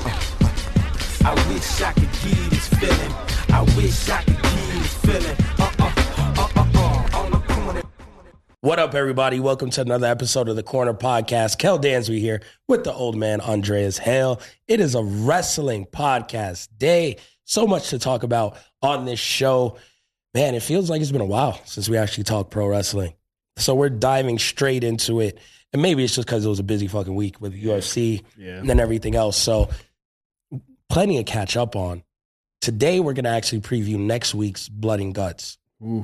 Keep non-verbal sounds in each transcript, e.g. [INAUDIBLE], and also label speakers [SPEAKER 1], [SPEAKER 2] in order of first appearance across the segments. [SPEAKER 1] I wish I could give you this feeling. I wish I could give you this feeling. Uh uh uh uh uh. On the corner.
[SPEAKER 2] What up, everybody? Welcome to another episode of the Corner Podcast. Kel Dansby here with the old man Andreas Hale. It is a wrestling podcast day. So much to talk about on this show. Man, it feels like it's been a while since we actually talked pro wrestling. So we're diving straight into it. And maybe it's just because it was a busy fucking week with UFC and then everything else. So plenty to catch up on. Today we're gonna actually preview next week's Blood and Guts for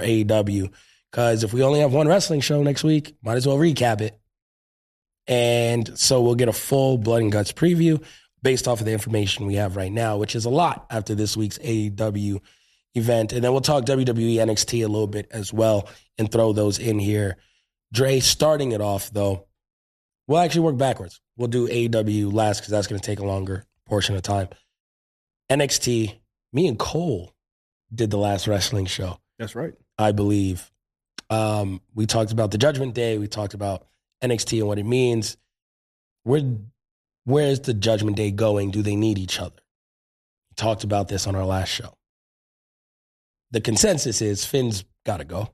[SPEAKER 2] AEW. Because if we only have one wrestling show next week, might as well recap it. And so we'll get a full Blood and Guts preview based off of the information we have right now, which is a lot after this week's AEW event. And then we'll talk E WWE NXT a little bit as well and throw those in here. Dre starting it off though. We'll actually work backwards. We'll do AEW last because that's going to take a longer portion of time. NXT, me and Cole did the last wrestling show.
[SPEAKER 3] That's right.
[SPEAKER 2] I believe. Um, we talked about the Judgment Day. We talked about NXT and what it means. Where where is the Judgment Day going? Do they need each other? We talked about this on our last show. The consensus is Finn's got to go.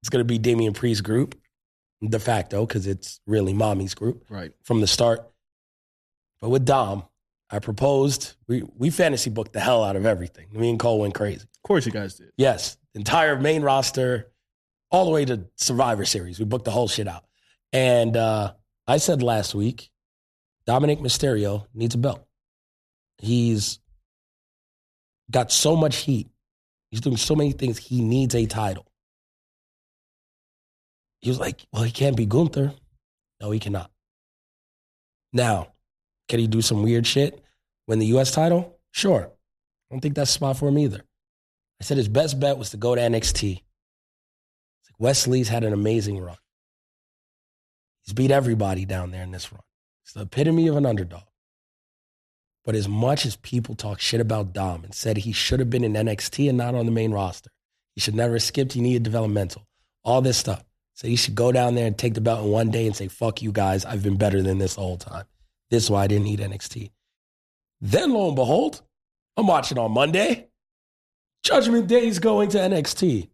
[SPEAKER 2] It's going to be Damian Priest's group, de facto, because it's really mommy's group
[SPEAKER 3] Right.
[SPEAKER 2] from the start. But with Dom, I proposed we we fantasy booked the hell out of everything. Me and Cole went crazy.
[SPEAKER 3] Of course, you guys did.
[SPEAKER 2] Yes, entire main roster, all the way to Survivor Series. We booked the whole shit out. And uh, I said last week, Dominic Mysterio needs a belt. He's got so much heat. He's doing so many things. He needs a title. He was like, well, he can't be Gunther. No, he cannot. Now, can he do some weird shit? Win the U.S. title? Sure. I don't think that's a spot for him either. I said his best bet was to go to NXT. It's like Wesley's had an amazing run. He's beat everybody down there in this run. He's the epitome of an underdog. But as much as people talk shit about Dom and said he should have been in NXT and not on the main roster, he should never have skipped, he needed developmental, all this stuff. So he should go down there and take the belt in one day and say, fuck you guys, I've been better than this the whole time. This is why I didn't need NXT. Then lo and behold, I'm watching on Monday. Judgment Day is going to NXT.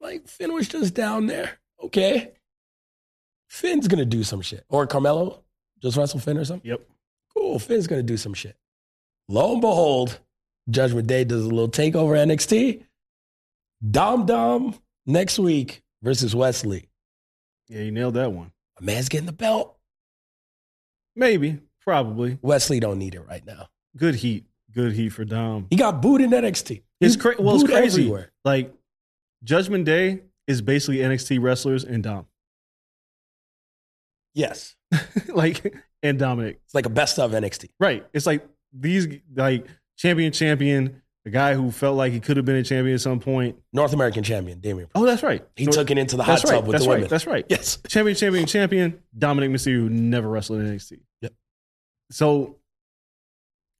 [SPEAKER 2] Like Finn was just down there. Okay. Finn's gonna do some shit. Or Carmelo, just wrestle Finn or something.
[SPEAKER 3] Yep.
[SPEAKER 2] Cool, Finn's gonna do some shit. Lo and behold, Judgment Day does a little takeover NXT. Dom Dom next week versus Wesley.
[SPEAKER 3] Yeah, you nailed that one.
[SPEAKER 2] A man's getting the belt.
[SPEAKER 3] Maybe. Probably.
[SPEAKER 2] Wesley don't need it right now.
[SPEAKER 3] Good heat. Good heat for Dom.
[SPEAKER 2] He got booed in NXT.
[SPEAKER 3] It's
[SPEAKER 2] He's
[SPEAKER 3] cra- well, it's
[SPEAKER 2] booed
[SPEAKER 3] crazy.
[SPEAKER 2] everywhere.
[SPEAKER 3] Like Judgment Day is basically NXT wrestlers and Dom, [LAUGHS]
[SPEAKER 2] Yes.
[SPEAKER 3] like and Dominic.
[SPEAKER 2] It's like a best of NXT.
[SPEAKER 3] Right. It's like these like champion, champion, the guy who felt like he could have been a champion at some point.
[SPEAKER 2] North American champion, Damian. Priest.
[SPEAKER 3] Oh, that's right.
[SPEAKER 2] He
[SPEAKER 3] So-
[SPEAKER 2] took it into the hot
[SPEAKER 3] That's
[SPEAKER 2] tub
[SPEAKER 3] right.
[SPEAKER 2] with
[SPEAKER 3] That's
[SPEAKER 2] the
[SPEAKER 3] right.
[SPEAKER 2] women.
[SPEAKER 3] That's right.
[SPEAKER 2] Yes.
[SPEAKER 3] champion, champion, champion, Dominic Mysterio, who never wrestled in NXT.
[SPEAKER 2] Yep.
[SPEAKER 3] So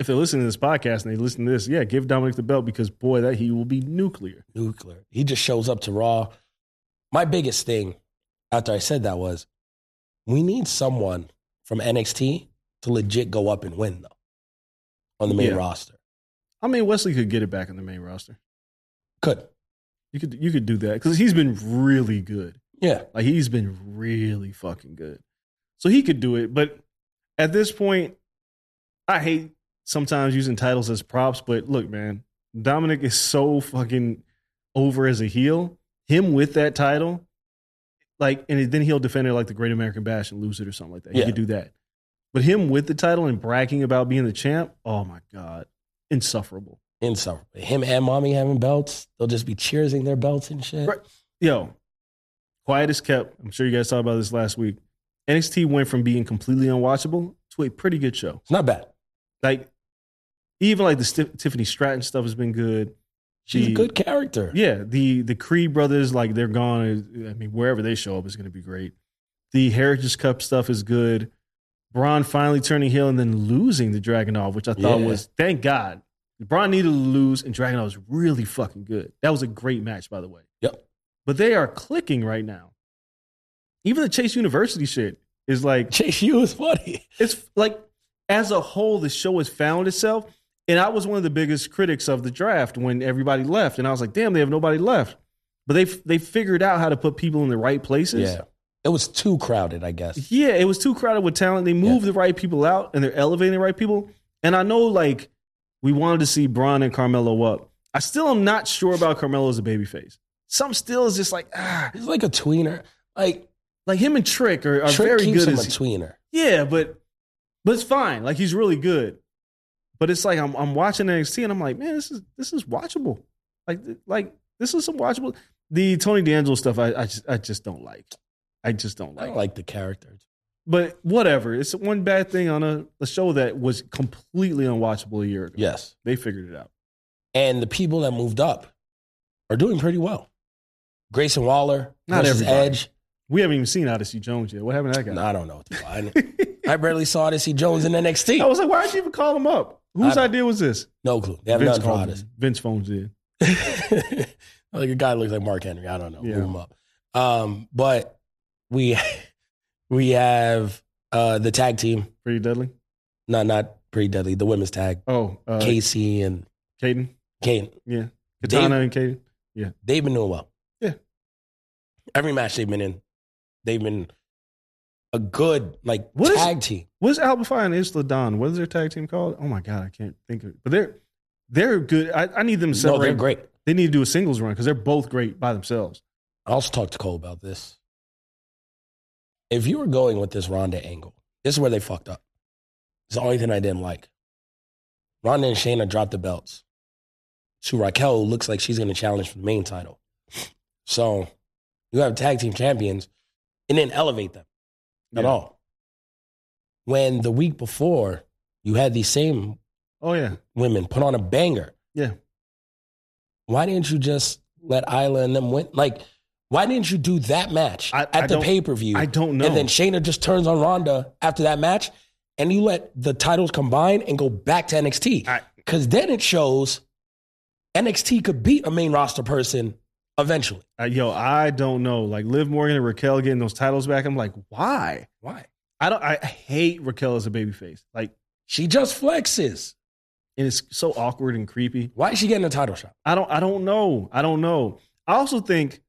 [SPEAKER 3] if they're listening to this podcast and they listen to this, yeah, give Dominic the belt because boy, that he will be nuclear.
[SPEAKER 2] Nuclear. He just shows up to Raw. My biggest thing after I said that was We need someone from NXT to legit go up and win though on the main
[SPEAKER 3] Yeah.
[SPEAKER 2] roster.
[SPEAKER 3] I mean, Wesley could get it back on the main roster.
[SPEAKER 2] Could
[SPEAKER 3] You could you could do that because he's been really good.
[SPEAKER 2] yeah.
[SPEAKER 3] Like he's been really fucking good. So he could do it, but at this point, I hate sometimes using titles as props, but look, man, Dominic is so fucking over as a heel. Him with that title, like, and then he'll defend it like the Great American Bash and lose it or something like that. He
[SPEAKER 2] Yeah.
[SPEAKER 3] could do that. But him with the title and bragging about being the champ, oh my God, insufferable.
[SPEAKER 2] And so him and mommy having belts, they'll just be cheersing their belts and shit.
[SPEAKER 3] Right. yo, quiet is kept. I'm sure you guys talked about this last week. NXT went from being completely unwatchable to a pretty good show.
[SPEAKER 2] It's not bad.
[SPEAKER 3] Like, even like the Stif- Tiffany Stratton stuff has been good.
[SPEAKER 2] She's
[SPEAKER 3] The-
[SPEAKER 2] a good character.
[SPEAKER 3] Yeah, the the Creed brothers, like they're gone. I mean, wherever they show up is going to be great. The Heritage Cup stuff is good. Braun finally turning heel and then losing the Dragonov, which I thought
[SPEAKER 2] Yeah.
[SPEAKER 3] was thank God. Braun needed to lose, and Dragonov was really fucking good. That was a great match, by the way.
[SPEAKER 2] Yep.
[SPEAKER 3] But they are clicking right now. Even the Chase University shit is like
[SPEAKER 2] [LAUGHS] Chase U is funny.
[SPEAKER 3] it's like as a whole the show has found itself and i was one of the biggest critics of the draft when everybody left and i was like damn they have nobody left but they they figured out how to put people in the right places
[SPEAKER 2] Yeah. It was too crowded, I
[SPEAKER 3] [LAUGHS]
[SPEAKER 2] guess.
[SPEAKER 3] Yeah, it was too crowded with talent they moved the right people out and they're elevating the right people and i know like we wanted to see braun and carmelo up i still am not sure about carmelo as a babyface some still is just like ah
[SPEAKER 2] He's like a tweener. Like
[SPEAKER 3] like him and trick are, are
[SPEAKER 2] Trick
[SPEAKER 3] very
[SPEAKER 2] keeps
[SPEAKER 3] good
[SPEAKER 2] him
[SPEAKER 3] as
[SPEAKER 2] a tweener.
[SPEAKER 3] Yeah, but but it's fine. Like he's really good. But it's like I'm I'm watching NXT and I'm like, man, this is this is watchable. Like th- like this is some watchable. The Tony D'Angelo stuff I I just, I just don't like. I just don't
[SPEAKER 2] I
[SPEAKER 3] like.
[SPEAKER 2] don't like the character.
[SPEAKER 3] But whatever. It's one bad thing on a, a show that was completely unwatchable a year ago.
[SPEAKER 2] Yes.
[SPEAKER 3] They figured it out.
[SPEAKER 2] And the people that moved up are doing pretty well. Grayson Waller,
[SPEAKER 3] Not
[SPEAKER 2] versus
[SPEAKER 3] everybody.
[SPEAKER 2] Edge.
[SPEAKER 3] We haven't even seen Odyssey Jones yet. What happened to that guy?
[SPEAKER 2] No, I don't know. what to- I, I barely saw Odyssey Jones in
[SPEAKER 3] [LAUGHS] I
[SPEAKER 2] NXT.
[SPEAKER 3] was like, why did you even call him up? Whose
[SPEAKER 2] I-
[SPEAKER 3] idea was this?
[SPEAKER 2] No clue. They have
[SPEAKER 3] Vince
[SPEAKER 2] nothing for
[SPEAKER 3] called
[SPEAKER 2] Odyssey.
[SPEAKER 3] him. Vince phones in.
[SPEAKER 2] [LAUGHS] like a guy looks like Mark Henry. I don't know.
[SPEAKER 3] Yeah.
[SPEAKER 2] Move him up. Um, but we [LAUGHS] we have uh, the tag team.
[SPEAKER 3] Pretty Dudley.
[SPEAKER 2] Not not pretty deadly. The women's tag.
[SPEAKER 3] Oh, uh,
[SPEAKER 2] Casey and
[SPEAKER 3] Caden.
[SPEAKER 2] Kane.
[SPEAKER 3] Yeah. Katana
[SPEAKER 2] Dave-
[SPEAKER 3] and Caden.
[SPEAKER 2] They've been doing well.
[SPEAKER 3] Yeah.
[SPEAKER 2] Every match they've been in, they've been a good like
[SPEAKER 3] What is-
[SPEAKER 2] tag team.
[SPEAKER 3] What's Albify and Isla Dawn? What is their tag team called? Oh my god, I can't think of it. But they're they're good. I, I need them to
[SPEAKER 2] No,
[SPEAKER 3] separate.
[SPEAKER 2] they're great.
[SPEAKER 3] They need to do a singles run because they're both great by themselves.
[SPEAKER 2] I also talked to Cole about this. If you were going with this Ronda angle, this is where they fucked up. It's the only thing I didn't like. Ronda and Shayna dropped the belts to Raquel, who looks like she's going to challenge for the main title. So you have tag team champions and then elevate them at
[SPEAKER 3] Yeah.
[SPEAKER 2] all. When the week before, you had these same
[SPEAKER 3] Oh yeah,
[SPEAKER 2] women put on a banger.
[SPEAKER 3] Yeah.
[SPEAKER 2] Why didn't you just let Isla and them win? Like, why didn't you do that match
[SPEAKER 3] I-
[SPEAKER 2] at
[SPEAKER 3] I
[SPEAKER 2] the
[SPEAKER 3] don't-
[SPEAKER 2] pay per view?
[SPEAKER 3] I don't know.
[SPEAKER 2] And then Shayna just turns on Ronda after that match, and you let the titles combine and go back to NXT.
[SPEAKER 3] I,
[SPEAKER 2] Because then it shows NXT could beat a main roster person eventually.
[SPEAKER 3] I, yo, I don't know. Like Liv Morgan and Raquel getting those titles back. I'm like, why?
[SPEAKER 2] Why?
[SPEAKER 3] I don't. I hate Raquel as a babyface. Like,
[SPEAKER 2] She just flexes.
[SPEAKER 3] and it's so awkward and creepy.
[SPEAKER 2] Why is she getting a title shot?
[SPEAKER 3] I don't. I don't know. I don't know. I also think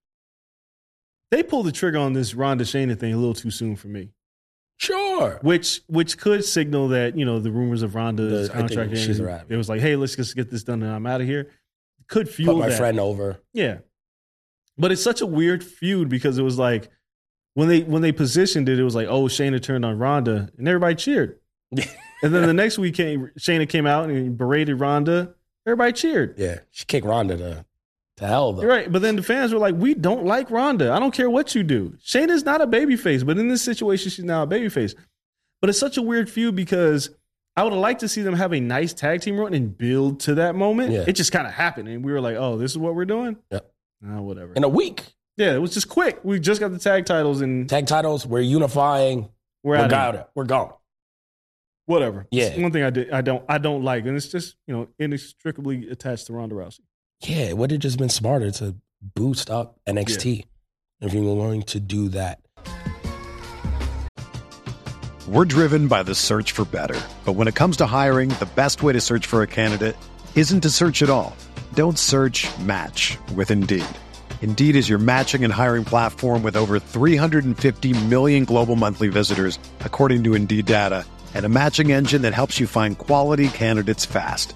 [SPEAKER 3] they pulled the trigger on this Ronda Shayna thing a little too soon for me.
[SPEAKER 2] Sure.
[SPEAKER 3] which which could signal that you know the rumors of Ronda's
[SPEAKER 2] The- I think
[SPEAKER 3] contract.
[SPEAKER 2] she's
[SPEAKER 3] ending,
[SPEAKER 2] a wrap.
[SPEAKER 3] It was like, hey, let's just get this done and I'm out of here. Could fuel
[SPEAKER 2] Put my
[SPEAKER 3] that.
[SPEAKER 2] friend over.
[SPEAKER 3] Yeah, but it's such a weird feud because it was like when they when they positioned it, it was like, oh, Shayna turned on Ronda, and everybody
[SPEAKER 2] [LAUGHS]
[SPEAKER 3] cheered. and then the next week, came, Shayna came out and berated Ronda. Everybody cheered.
[SPEAKER 2] Yeah. She kicked Ronda to, to hell, though.
[SPEAKER 3] You're right, but then the fans were like, "We don't like Ronda. I don't care what you do. Shayna's not a babyface, but in this situation, she's now a babyface." But it's such a weird feud because I would have liked to see them have a nice tag team run and build to that moment.
[SPEAKER 2] Yeah.
[SPEAKER 3] It just kind of happened, and we were like, "Oh, this is what we're doing."
[SPEAKER 2] Yep.
[SPEAKER 3] Nah, whatever.
[SPEAKER 2] In a week.
[SPEAKER 3] yeah, it was just quick. We just got the tag titles, and
[SPEAKER 2] tag titles. We're unifying.
[SPEAKER 3] we're,
[SPEAKER 2] We're,
[SPEAKER 3] out.
[SPEAKER 2] out.
[SPEAKER 3] Of
[SPEAKER 2] of- We're gone.
[SPEAKER 3] whatever.
[SPEAKER 2] Yeah.
[SPEAKER 3] It's one thing I did, I don't, I don't like, and it's just you know inextricably attached to Ronda Rousey.
[SPEAKER 2] Yeah, it would have just been smarter to boost up NXT if you were going to do that.
[SPEAKER 4] We're driven by the search for better. But when it comes to hiring, the best way to search for a candidate isn't to search at all. Don't search match with Indeed. Indeed is your matching and hiring platform with over 350 million global monthly visitors, according to Indeed data, and a matching engine that helps you find quality candidates fast.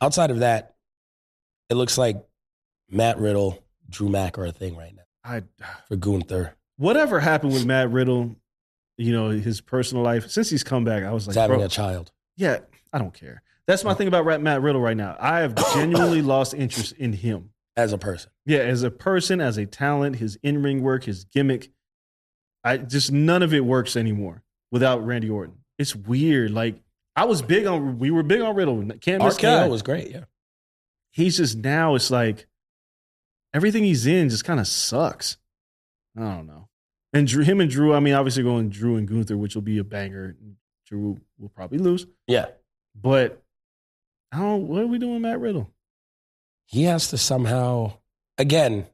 [SPEAKER 2] Outside of that, it looks like Matt Riddle, Drew Mack are a thing right now
[SPEAKER 3] I
[SPEAKER 2] for Gunther.
[SPEAKER 3] whatever happened with Matt Riddle, you know his personal life since he's come back. I was
[SPEAKER 2] He's
[SPEAKER 3] like,
[SPEAKER 2] having
[SPEAKER 3] bro,
[SPEAKER 2] a child.
[SPEAKER 3] yeah, I don't care. That's my thing about Rat Matt Riddle right now. I have
[SPEAKER 2] [COUGHS]
[SPEAKER 3] genuinely lost interest in him.
[SPEAKER 2] as a person.
[SPEAKER 3] Yeah, as a person, as a talent, his in ring work, his gimmick, I just none of it works anymore without Randy Orton. It's weird. Like I was big on, we were big on Riddle. Can't miss
[SPEAKER 2] RKO
[SPEAKER 3] KO.
[SPEAKER 2] was great. Yeah,
[SPEAKER 3] he's just now. It's like everything he's in just kind of sucks. I don't know. And Drew, him and Drew. I mean, obviously going Drew and Gunther, which will be a banger. Drew will probably lose,
[SPEAKER 2] yeah.
[SPEAKER 3] but I don't. What are we doing, with Matt Riddle?
[SPEAKER 2] He has to somehow. Again,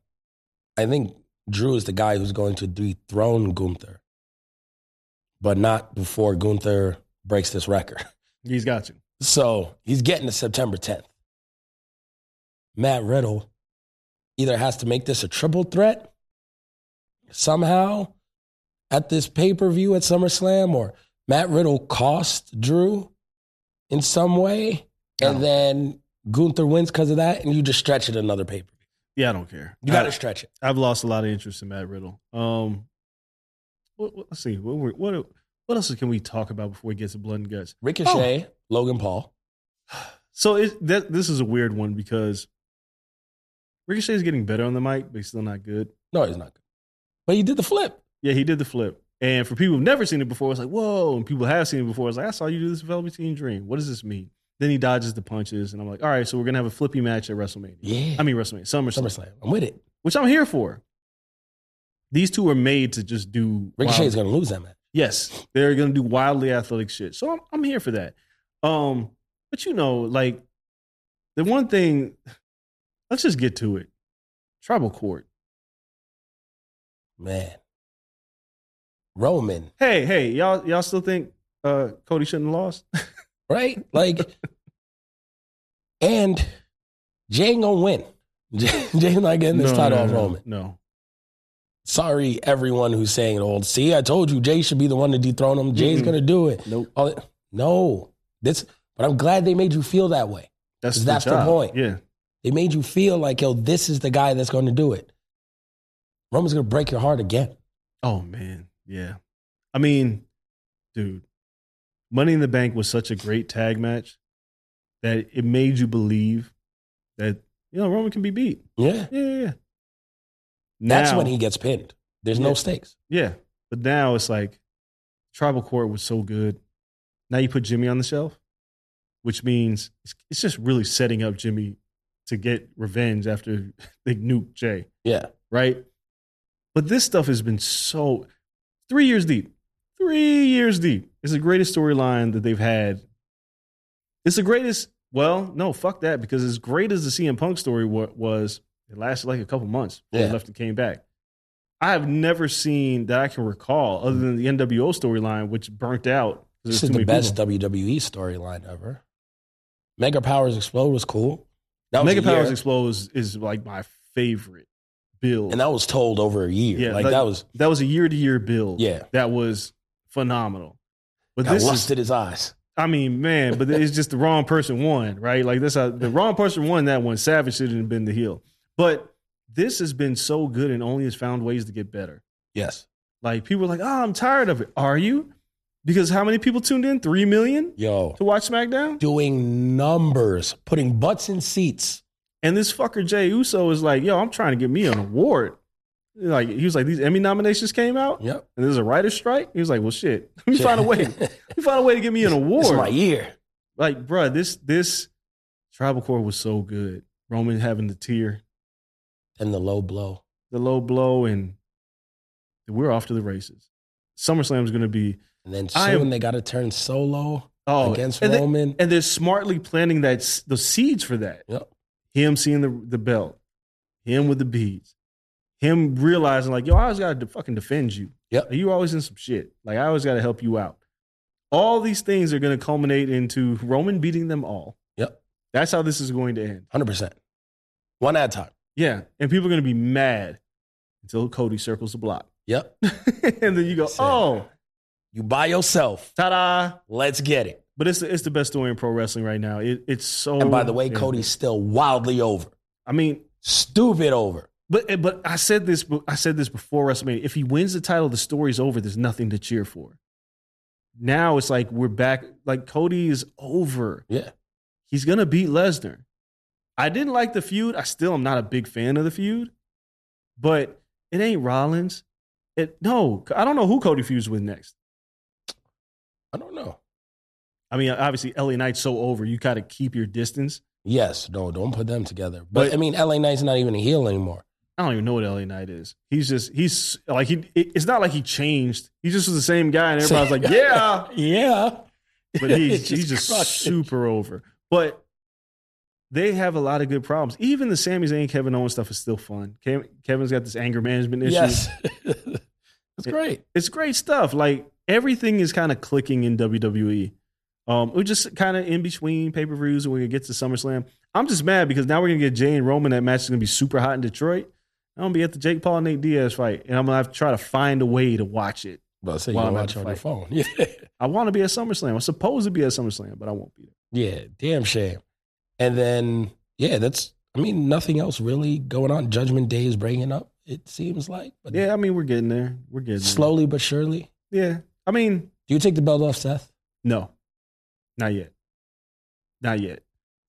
[SPEAKER 2] I think Drew is the guy who's going to dethrone Gunther, but not before Gunther breaks this record.
[SPEAKER 3] He's got to.
[SPEAKER 2] So he's getting to September 10th. Matt Riddle either has to make this a triple threat somehow at this pay per view at SummerSlam, or Matt Riddle cost Drew in some way, and then Gunther wins because of that, and you just stretch it another pay per view.
[SPEAKER 3] Yeah, I don't care.
[SPEAKER 2] You got to stretch it.
[SPEAKER 3] I've lost a lot of interest in Matt Riddle. Um, what, what- let's see. What, were- what what else can we talk about before we get to blood and guts?
[SPEAKER 2] Ricochet, Oh. Logan Paul.
[SPEAKER 3] So it, that, this is a weird one because Ricochet is getting better on the mic, but he's still not good.
[SPEAKER 2] No, he's not good. But he did the flip.
[SPEAKER 3] Yeah, he did the flip. And for people who've never seen it before, it's like, whoa. And people have seen it before. It's like, I saw you do this Velveteen Dream. What does this mean? Then he dodges the punches, and I'm like, all right, so we're gonna have a flippy match at WrestleMania.
[SPEAKER 2] Yeah.
[SPEAKER 3] I mean WrestleMania, SummerSlam,
[SPEAKER 2] SummerSlam. I'm with it.
[SPEAKER 3] which I'm here for. These two are made to just do
[SPEAKER 2] Ricochet
[SPEAKER 3] wild-
[SPEAKER 2] is going to lose that match.
[SPEAKER 3] Yes, they're going to do wildly athletic shit. So I'm, I'm here for that. Um, but you know, like the one thing, let's just get to it. Tribal court.
[SPEAKER 2] Man. Roman.
[SPEAKER 3] Hey, hey, y'all, y'all still think uh, Cody shouldn't have lost?
[SPEAKER 2] right?
[SPEAKER 3] [LAUGHS]
[SPEAKER 2] Like, and Jay ain't gonna win. [LAUGHS] Jay Jay not getting this title off
[SPEAKER 3] no,
[SPEAKER 2] Roman.
[SPEAKER 3] No,
[SPEAKER 2] Sorry, everyone who's saying it old. See, I told you Jay should be the one to dethrone him. Jay's
[SPEAKER 3] Mm-mm.
[SPEAKER 2] gonna do it.
[SPEAKER 3] Nope.
[SPEAKER 2] All that- no, this. But I'm glad they made you feel that way.
[SPEAKER 3] that's
[SPEAKER 2] That's the
[SPEAKER 3] job.
[SPEAKER 2] point.
[SPEAKER 3] Yeah,
[SPEAKER 2] They made you feel like yo, this is the guy that's gonna do it. Roman's gonna break your heart again.
[SPEAKER 3] Oh man, yeah. I mean, dude, Money in the Bank was such a great tag match that it made you believe that you know Roman can be beat.
[SPEAKER 2] Yeah,
[SPEAKER 3] Yeah, yeah. yeah.
[SPEAKER 2] that's
[SPEAKER 3] Now-
[SPEAKER 2] when he gets pinned. There's
[SPEAKER 3] Yeah.
[SPEAKER 2] no stakes.
[SPEAKER 3] Yeah, but now it's like Tribal Court was so good. Now you put Jimmy on the shelf, which means it's, it's just really setting up Jimmy to get revenge after [LAUGHS] they nuke Jay,
[SPEAKER 2] Yeah,
[SPEAKER 3] right? But this stuff has been so three years deep. Three years deep. It's the greatest storyline that they've had. It's the greatest. Well, no, fuck that. Because as great as the CM Punk story wa- was, it lasted like a couple months before
[SPEAKER 2] Yeah.
[SPEAKER 3] he left and came back. I have never seen that I can recall, other than the NWO storyline, which burnt out. 'cause
[SPEAKER 2] This
[SPEAKER 3] there's
[SPEAKER 2] is
[SPEAKER 3] too
[SPEAKER 2] the
[SPEAKER 3] many
[SPEAKER 2] best
[SPEAKER 3] people.
[SPEAKER 2] WWE storyline ever. Mega Powers Explode was cool. That was
[SPEAKER 3] Mega
[SPEAKER 2] a year,
[SPEAKER 3] Powers Explode is, is like my favorite build.
[SPEAKER 2] and that was told over a year.
[SPEAKER 3] Yeah,
[SPEAKER 2] like,
[SPEAKER 3] like-
[SPEAKER 2] that was.
[SPEAKER 3] that was a year to year build.
[SPEAKER 2] Yeah.
[SPEAKER 3] That was phenomenal. But
[SPEAKER 2] I
[SPEAKER 3] this is,
[SPEAKER 2] lusted his eyes.
[SPEAKER 3] I mean, man, but it's just the wrong person won, right? Like this, uh, the wrong person won that one. Savage shouldn't have been the heel. But this has been so good and only has found ways to get better.
[SPEAKER 2] Yes.
[SPEAKER 3] Like people are like, oh, I'm tired of it. Are you? Because how many people tuned in? Three million
[SPEAKER 2] Yo,
[SPEAKER 3] to watch SmackDown?
[SPEAKER 2] doing numbers, putting butts in seats.
[SPEAKER 3] And this fucker Jay Uso is like, yo, I'm trying to get me an award. Like he was like, these Emmy nominations came out,
[SPEAKER 2] Yep.
[SPEAKER 3] and there's a writer's strike. He was like, well, shit, [LAUGHS] let me find a
[SPEAKER 2] [LAUGHS]
[SPEAKER 3] way. Let me find a way to get me an award.
[SPEAKER 2] It's my year.
[SPEAKER 3] like, bruh, this this tribal core was so good. Roman having the tear,
[SPEAKER 2] And the low blow.
[SPEAKER 3] the low blow, and we're off to the races. SummerSlam is going to be
[SPEAKER 2] And then
[SPEAKER 3] I
[SPEAKER 2] soon
[SPEAKER 3] am-
[SPEAKER 2] they got to turn solo
[SPEAKER 3] oh
[SPEAKER 2] against
[SPEAKER 3] and they-
[SPEAKER 2] Roman.
[SPEAKER 3] and they're smartly planting that s- the seeds for that.
[SPEAKER 2] Yep.
[SPEAKER 3] Him seeing the the belt, him with the beads, him realizing like, yo, I always got to fucking defend you.
[SPEAKER 2] Yep.
[SPEAKER 3] you always in some shit. Like I always got to help you out. All these things are going to culminate into Roman beating them all.
[SPEAKER 2] Yep.
[SPEAKER 3] That's how this is going to end.
[SPEAKER 2] 100%. One at a time.
[SPEAKER 3] Yeah, and people are going to be mad until Cody circles the block, [LAUGHS]
[SPEAKER 2] Yep.
[SPEAKER 3] and then you go,
[SPEAKER 2] Sick.
[SPEAKER 3] "Oh,
[SPEAKER 2] You by yourself.
[SPEAKER 3] ta-da!"
[SPEAKER 2] Let's get it.
[SPEAKER 3] But it's the, it's the best story in pro wrestling right now. It, it's so.
[SPEAKER 2] And by the way,
[SPEAKER 3] yeah.
[SPEAKER 2] Cody's still wildly over.
[SPEAKER 3] I mean,
[SPEAKER 2] Stupid over.
[SPEAKER 3] but eh, but I said this. I said this before WrestleMania. If he wins the title, the story's over. There's nothing to cheer for. Now it's like we're back. Like Cody is over.
[SPEAKER 2] Yeah.
[SPEAKER 3] He's gonna beat Lesnar. I didn't like the feud. I still am not a big fan of the feud, but it ain't Rollins. It no. I don't know who Cody feuds with next.
[SPEAKER 2] I don't know.
[SPEAKER 3] I mean, obviously, LA Knight's so over. You got to keep your distance.
[SPEAKER 2] Yes, no, don't put them together. But,
[SPEAKER 3] But-
[SPEAKER 2] I mean, LA Knight's not even a heel anymore.
[SPEAKER 3] I don't even know what LA Knight is. He's just he's like he. it- It's not like he changed. He just was the same guy, and everybody's
[SPEAKER 2] [LAUGHS]
[SPEAKER 3] like, yeah.
[SPEAKER 2] Yeah.
[SPEAKER 3] But he's
[SPEAKER 2] [LAUGHS] Just
[SPEAKER 3] he's just
[SPEAKER 2] crushed it.
[SPEAKER 3] super over. But they have a lot of good problems. Even the Sami Zayn Kevin Owens stuff is still fun. Kev- Kevin's got this anger management issue.
[SPEAKER 2] Yes. [LAUGHS] That's great.
[SPEAKER 3] it's great stuff. Like everything is kind of clicking in WWE. Um, we're just kind of in between pay per views, and we're gonna get to SummerSlam. I'm just mad because now we're gonna get Jay and Roman. That match is gonna be super hot in Detroit. I'm gonna be at the Jake Paul and Nate Diaz fight, and I'm gonna have to try to find a way to watch it.
[SPEAKER 2] Well, so you
[SPEAKER 3] Why
[SPEAKER 2] can
[SPEAKER 3] am I
[SPEAKER 2] watch on your
[SPEAKER 3] fighting?
[SPEAKER 2] phone. [LAUGHS] Yeah.
[SPEAKER 3] I want to be at SummerSlam. I'm supposed to be at SummerSlam, but I won't be there.
[SPEAKER 2] yeah, damn shame. And then, yeah, that's, I mean, nothing else really going on. Judgment Day is breaking up, it seems like. But
[SPEAKER 3] Yeah, I mean we're getting there. We're getting there.
[SPEAKER 2] slowly but surely.
[SPEAKER 3] Yeah, I mean
[SPEAKER 2] Do you take the belt off Seth?
[SPEAKER 3] no, not yet, not yet.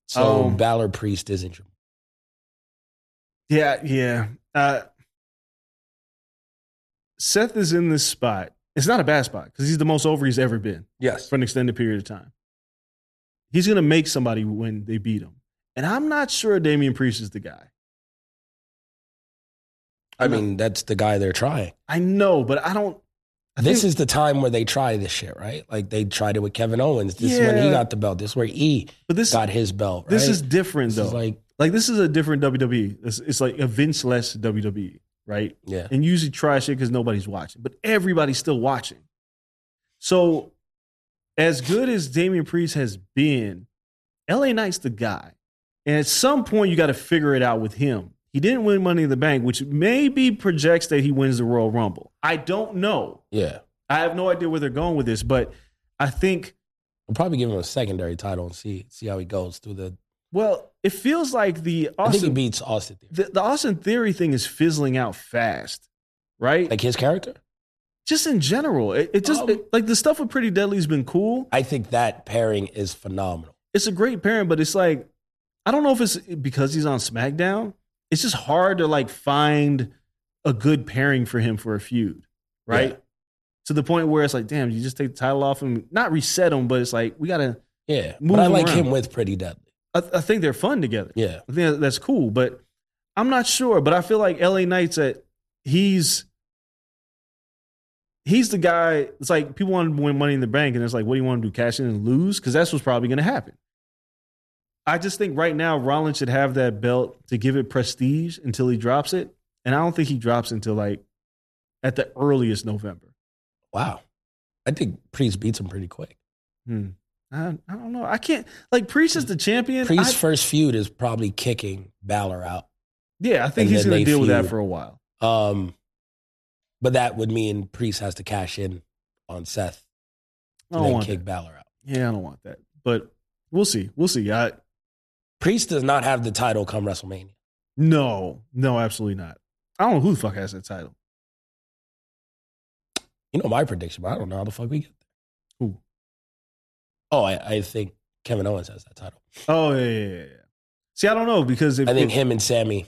[SPEAKER 2] So
[SPEAKER 3] Um,
[SPEAKER 2] Balor Priest isn't your.
[SPEAKER 3] Yeah, yeah. Uh, Seth is in this spot. It's not a bad spot because he's the most over he's ever been
[SPEAKER 2] Yes.
[SPEAKER 3] for an extended period of time. He's going to make somebody when they beat him. And I'm not sure Damian Priest is the guy.
[SPEAKER 2] I mean, that's the guy they're trying.
[SPEAKER 3] I know, but I don't. I
[SPEAKER 2] this
[SPEAKER 3] think-
[SPEAKER 2] is the time where they try this shit, right? Like they tried it with Kevin Owens. This is when he
[SPEAKER 3] Yeah.
[SPEAKER 2] got the belt. This is where E
[SPEAKER 3] But this,
[SPEAKER 2] got his belt.
[SPEAKER 3] this
[SPEAKER 2] right?
[SPEAKER 3] is different,
[SPEAKER 2] This
[SPEAKER 3] though.
[SPEAKER 2] is
[SPEAKER 3] like,
[SPEAKER 2] like,
[SPEAKER 3] this is a different WWE. It's, it's like a Vince less WWE, E, right?
[SPEAKER 2] yeah,
[SPEAKER 3] and usually try shit because nobody's watching, but everybody's still watching. So, as good as Damian Priest has been, LA Knight's the guy. And at some point, you got to figure it out with him. He didn't win Money in the Bank, which maybe projects that he wins the Royal Rumble. I don't know.
[SPEAKER 2] yeah.
[SPEAKER 3] I have no idea where they're going with this, but I think,
[SPEAKER 2] We'll probably give him a secondary title and see see how he goes through the.
[SPEAKER 3] well, it feels like the
[SPEAKER 2] I think he
[SPEAKER 3] Austin,
[SPEAKER 2] beats Austin. Theory.
[SPEAKER 3] the, the Austin Theory thing is fizzling out fast, right?
[SPEAKER 2] Like his character,
[SPEAKER 3] just in general. It, it just
[SPEAKER 2] Um,
[SPEAKER 3] it- like the stuff with Pretty Deadly's been cool.
[SPEAKER 2] I think that pairing is phenomenal.
[SPEAKER 3] It's a great pairing, but it's like I don't know if it's because he's on SmackDown. It's just hard to like find a good pairing for him for a feud, right?
[SPEAKER 2] Yeah.
[SPEAKER 3] To the point where it's like, damn, you just take the title off him, not reset him, but it's like we gotta.
[SPEAKER 2] Yeah,
[SPEAKER 3] Move
[SPEAKER 2] but I like
[SPEAKER 3] around.
[SPEAKER 2] him with Pretty Deadly.
[SPEAKER 3] I, I think they're fun together.
[SPEAKER 2] Yeah,
[SPEAKER 3] I think that's cool, but I'm not sure, but I feel like LA Knight's at he's he's the guy. It's like people want to win Money in the Bank, and it's like, what do you want to do? Cash in and lose? Because that's what's probably going to happen. I just think right now Rollins should have that belt to give it prestige until he drops it, and I don't think he drops until like at the earliest November.
[SPEAKER 2] Wow. I think Priest beats him pretty quick.
[SPEAKER 3] Hmm. I, I don't know. I can't like Priest is the champion. I-
[SPEAKER 2] Priest's first feud is probably kicking Balor out.
[SPEAKER 3] yeah, I think
[SPEAKER 2] and
[SPEAKER 3] he's
[SPEAKER 2] then
[SPEAKER 3] going
[SPEAKER 2] they
[SPEAKER 3] to deal with that
[SPEAKER 2] feud.
[SPEAKER 3] for a while.
[SPEAKER 2] Um, but that would mean Priest has to cash in on Seth
[SPEAKER 3] I
[SPEAKER 2] and
[SPEAKER 3] don't
[SPEAKER 2] then
[SPEAKER 3] want
[SPEAKER 2] kick
[SPEAKER 3] that.
[SPEAKER 2] Balor out.
[SPEAKER 3] Yeah, I don't want that. But we'll see. We'll see. I
[SPEAKER 2] Priest does not have the title come WrestleMania.
[SPEAKER 3] no, no, absolutely not. I don't know who the fuck has that title.
[SPEAKER 2] You know my prediction, but I don't know how the fuck we get there.
[SPEAKER 3] Who?
[SPEAKER 2] Oh, I, I think Kevin Owens has that title.
[SPEAKER 3] Oh yeah, yeah, yeah. yeah. See, I don't know because if
[SPEAKER 2] I think
[SPEAKER 3] if,
[SPEAKER 2] him and Sammy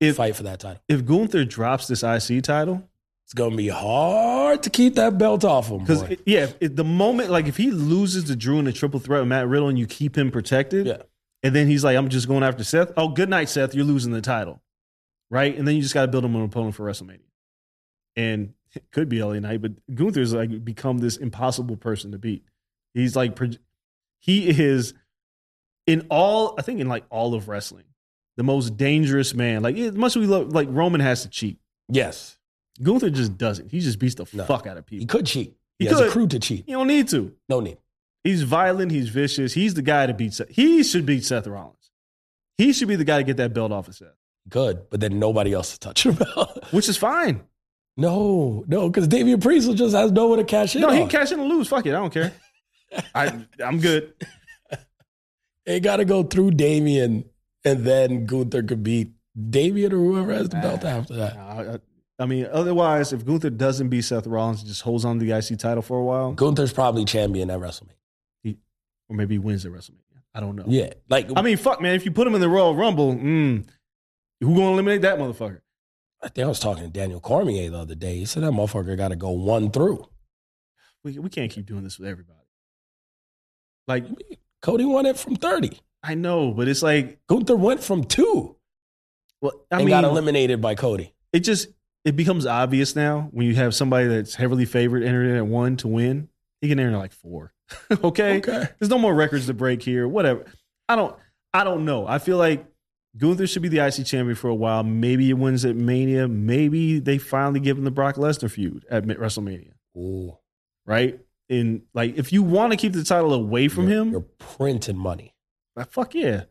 [SPEAKER 3] if,
[SPEAKER 2] fight for that title.
[SPEAKER 3] if Gunther drops this IC title,
[SPEAKER 2] It's gonna be hard to keep that belt off him.
[SPEAKER 3] because
[SPEAKER 2] boy.
[SPEAKER 3] yeah, if- if the moment like if he loses to Drew in the triple threat with Matt Riddle and you keep him protected,
[SPEAKER 2] Yeah.
[SPEAKER 3] and then he's like, I'm just going after Seth. Oh, good night, Seth. You're losing the title, right? And then you just got to build him an opponent for WrestleMania, and it could be LA Knight, but Gunther's like become this impossible person to beat. He's like proj- he is in all I think in like all of wrestling. The most dangerous man. Like as much as we love, like Roman has to cheat.
[SPEAKER 2] yes,
[SPEAKER 3] Gunther just doesn't. He just beats the
[SPEAKER 2] No.
[SPEAKER 3] fuck out of people.
[SPEAKER 2] he could cheat. He,
[SPEAKER 3] He
[SPEAKER 2] has
[SPEAKER 3] could.
[SPEAKER 2] a crew to cheat.
[SPEAKER 3] You don't need to.
[SPEAKER 2] No need.
[SPEAKER 3] He's violent. He's vicious. He's the guy to beat. Seth. He should beat Seth Rollins. He should be the guy to get that belt off of Seth,
[SPEAKER 2] Good, but then nobody else to touch him. [LAUGHS]
[SPEAKER 3] which is fine.
[SPEAKER 2] no, no, because Damian Priest just has no one to cash in.
[SPEAKER 3] No, he
[SPEAKER 2] on.
[SPEAKER 3] can cash in and lose. Fuck it. I don't care. I, I'm good.
[SPEAKER 2] It got to go through Damien, and then Gunther could beat Damien or whoever has the
[SPEAKER 3] Ah,
[SPEAKER 2] belt after that.
[SPEAKER 3] I, I- I mean, otherwise, if Gunther doesn't beat Seth Rollins and just holds on to the IC title for a while,
[SPEAKER 2] Gunther's probably champion at WrestleMania.
[SPEAKER 3] or maybe he wins at WrestleMania. I don't know.
[SPEAKER 2] Yeah, like
[SPEAKER 3] I mean, fuck, man. If you put him in the Royal Rumble, mm, who going to eliminate that motherfucker?
[SPEAKER 2] I think I was talking to Daniel Cormier the other day. He said that motherfucker got to go one through.
[SPEAKER 3] We, we can't keep doing this with everybody. Like,
[SPEAKER 2] Cody won it from thirty.
[SPEAKER 3] I know, but it's like,
[SPEAKER 2] Gunther went from two
[SPEAKER 3] well, I
[SPEAKER 2] and
[SPEAKER 3] mean,
[SPEAKER 2] got eliminated by Cody.
[SPEAKER 3] it just it becomes obvious now when you have somebody that's heavily favored enter in at one to win. He can enter in like four. [LAUGHS] okay? There's no more records to break here. Whatever. I don't I don't know. I feel like Gunther should be the IC champion for a while. Maybe he wins at Mania. Maybe they finally give him the Brock Lesnar feud at Mi- WrestleMania.
[SPEAKER 2] Ooh,
[SPEAKER 3] Right? And like if you want to keep the title away from
[SPEAKER 2] You're-
[SPEAKER 3] him,
[SPEAKER 2] you're printing money.
[SPEAKER 3] like, fuck yeah.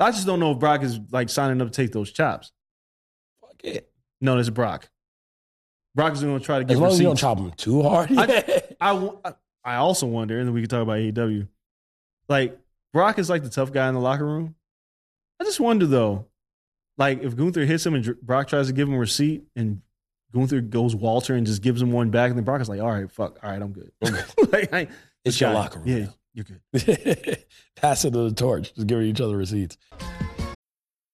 [SPEAKER 3] I just don't know if Brock is like signing up to take those chops.
[SPEAKER 2] Fuck it.
[SPEAKER 3] No, that's Brock. Brock is gonna try to get
[SPEAKER 2] As long as you don't
[SPEAKER 3] receipts.
[SPEAKER 2] chop him too hard. [LAUGHS]
[SPEAKER 3] I, w- I also wonder, and then we can talk about AEW. Like Brock is like the tough guy in the locker room. I just wonder though, like if Gunther hits him and Dr- Brock tries to give him a receipt, and Gunther goes Walter and just gives him one back, and then Brock is like, "All right, fuck, all right, I'm good." [LAUGHS] like, I,
[SPEAKER 2] it's your locker
[SPEAKER 3] Yeah,
[SPEAKER 2] room.
[SPEAKER 3] you're good.
[SPEAKER 2] Passing the torch, just giving each other receipts.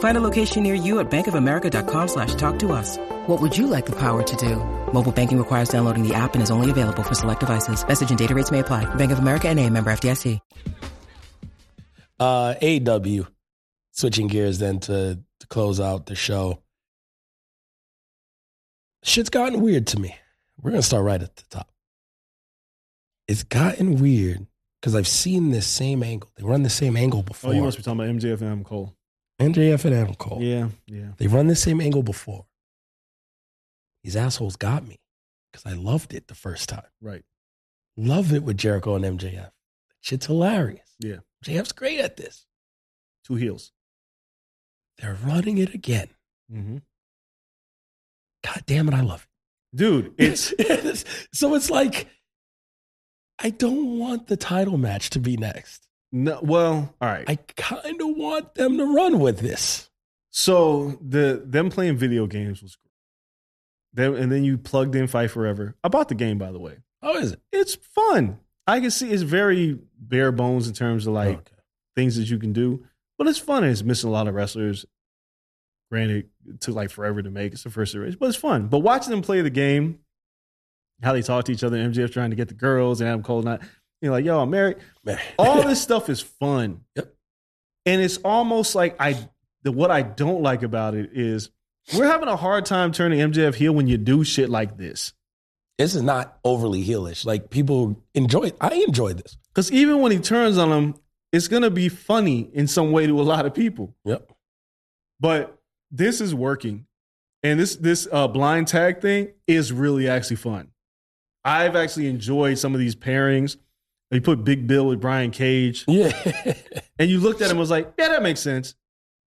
[SPEAKER 5] Find a location near you at bankofamerica.com slash talk to us. What would you like the power to do? Mobile banking requires downloading the app and is only available for select devices. Message and data rates may apply. Bank of America and a member FDIC.
[SPEAKER 2] Uh, AW, switching gears then to, to close out the show. Shit's gotten weird to me. We're going to start right at the top. It's gotten weird because I've seen this same angle. They run the same angle
[SPEAKER 3] Oh,
[SPEAKER 2] before.
[SPEAKER 3] you must be talking about MJF and Adam Cole.
[SPEAKER 2] MJF and Adam Cole.
[SPEAKER 3] Yeah, yeah.
[SPEAKER 2] They run the same angle before. These assholes got me because I loved it the first time.
[SPEAKER 3] Right.
[SPEAKER 2] Love it with Jericho and MJF. Shit's hilarious.
[SPEAKER 3] Yeah.
[SPEAKER 2] MJF's great at this.
[SPEAKER 3] Two heels.
[SPEAKER 2] They're running it again.
[SPEAKER 3] Mm-hmm.
[SPEAKER 2] God damn it, I love
[SPEAKER 3] Dude,
[SPEAKER 2] it. [LAUGHS]
[SPEAKER 3] it's
[SPEAKER 2] so it's like I don't want the title match to be next.
[SPEAKER 3] no, well, all right.
[SPEAKER 2] I kind of want them to run with this.
[SPEAKER 3] so the them playing video games was great. Them, and then you plugged in Fight Forever. I bought the game, by the way.
[SPEAKER 2] How is it?
[SPEAKER 3] It's fun. I can see it's very bare bones in terms of like
[SPEAKER 2] Okay.
[SPEAKER 3] things that you can do, but it's fun. And it's missing a lot of wrestlers. Granted, it took like forever to make. It's the first series, but it's fun. But watching them play the game, how they talk to each other, MJF trying to get the girls, and Adam Cole not, you know, like, yo, I'm married.
[SPEAKER 2] [LAUGHS]
[SPEAKER 3] All this stuff is fun.
[SPEAKER 2] Yep.
[SPEAKER 3] And it's almost like I the what I don't like about it is we're having a hard time turning MJF heel when you do shit like this.
[SPEAKER 2] this is not overly heelish. Like people enjoy. I enjoy this.
[SPEAKER 3] Because even when he turns on him, it's gonna be funny in some way to a lot of people.
[SPEAKER 2] Yep.
[SPEAKER 3] But this is working. And this this uh, blind tag thing is really actually fun. I've actually enjoyed some of these pairings. You put Big Bill with Brian Cage.
[SPEAKER 2] [LAUGHS] Yeah.
[SPEAKER 3] And you looked at him and was like, yeah, that makes sense.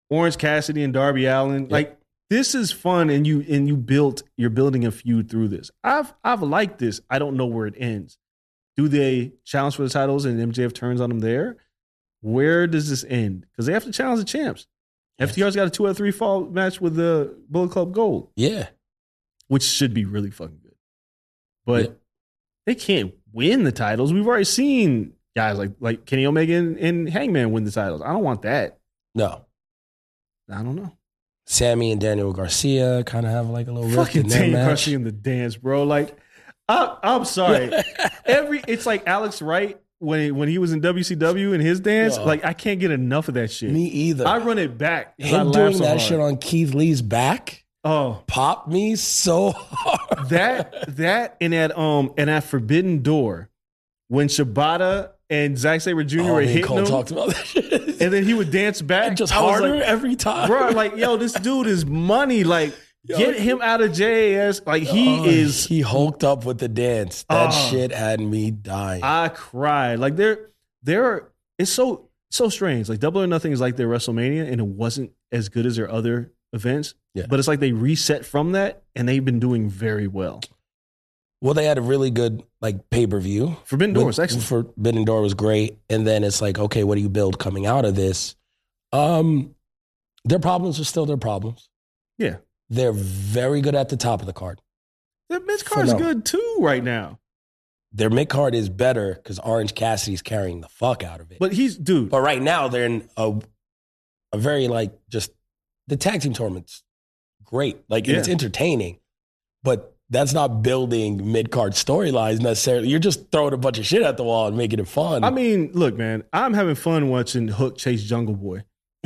[SPEAKER 3] Orange Cassidy and Darby Allen. Like this is fun and you and you built you're building a feud through this. I've I've liked this. I don't know where it ends. Do they challenge for the titles and MJF turns on them there? Where does this end? Because they have to challenge the champs. FTR's got a two out of three fall match with the Bullet Club Gold,
[SPEAKER 2] yeah.
[SPEAKER 3] which should be really fucking good. But
[SPEAKER 2] Yeah.
[SPEAKER 3] they can't win the titles. We've already seen guys like like Kenny Omega and, and Hangman win the titles. I don't want that.
[SPEAKER 2] No.
[SPEAKER 3] I don't know.
[SPEAKER 2] Sammy and Daniel Garcia kind of have like a little rift
[SPEAKER 3] Fucking
[SPEAKER 2] in their
[SPEAKER 3] Daniel
[SPEAKER 2] match.
[SPEAKER 3] Garcia in the dance, bro. Like, I, I'm
[SPEAKER 2] [LAUGHS]
[SPEAKER 3] sorry. Every it's like Alex Wright when he, when he was in WCW in his dance.
[SPEAKER 2] Yeah.
[SPEAKER 3] Like, I can't get enough of that shit.
[SPEAKER 2] Me either.
[SPEAKER 3] I run it back. 'cause I
[SPEAKER 2] Him
[SPEAKER 3] laugh
[SPEAKER 2] doing
[SPEAKER 3] so
[SPEAKER 2] that
[SPEAKER 3] hard.
[SPEAKER 2] shit on Keith Lee's back
[SPEAKER 3] Oh,
[SPEAKER 2] popped me so [LAUGHS] hard.
[SPEAKER 3] that that and that um and that Forbidden Door when Shibata and Zack Saber Jr.
[SPEAKER 2] Oh,
[SPEAKER 3] were
[SPEAKER 2] me and
[SPEAKER 3] hitting
[SPEAKER 2] Cole
[SPEAKER 3] him,
[SPEAKER 2] talked about that shit.
[SPEAKER 3] and then he would
[SPEAKER 2] [LAUGHS]
[SPEAKER 3] dance back.
[SPEAKER 2] And just
[SPEAKER 3] I was like,
[SPEAKER 2] harder [LAUGHS] every time.
[SPEAKER 3] bro. Like, yo, this dude is money. Like, get him out of JAS. Like, he
[SPEAKER 2] Oh, Uh.
[SPEAKER 3] is.
[SPEAKER 2] He hulked up with the dance. That
[SPEAKER 3] Oh.
[SPEAKER 2] shit had me dying.
[SPEAKER 3] I cried. Like, there, there. Are, it's so so strange. Like, Double or Nothing is like their WrestleMania, and it wasn't as good as their other events.
[SPEAKER 2] Yeah.
[SPEAKER 3] But it's like they reset from that, and they've been doing very well.
[SPEAKER 2] well, they had a really good like pay per view.
[SPEAKER 3] Forbidden Door was excellent.
[SPEAKER 2] Forbidden Door was great. And then it's like, okay, what do you build coming out of this? Um, their problems are still their problems.
[SPEAKER 3] Yeah.
[SPEAKER 2] They're very good at the top of the card.
[SPEAKER 3] The mid card is
[SPEAKER 2] Phenomenal.
[SPEAKER 3] good too right now.
[SPEAKER 2] Their mid card is better because Orange Cassidy's carrying the fuck out of it.
[SPEAKER 3] But he's dude.
[SPEAKER 2] But right now they're in a a very like just the tag team tournament's great. Like and it's
[SPEAKER 3] Yeah.
[SPEAKER 2] entertaining, but that's not building mid card storylines necessarily. You're just throwing a bunch of shit at the wall and making it fun.
[SPEAKER 3] I mean, look, man, I'm having fun watching Hook chase Jungle Boy.
[SPEAKER 2] [LAUGHS]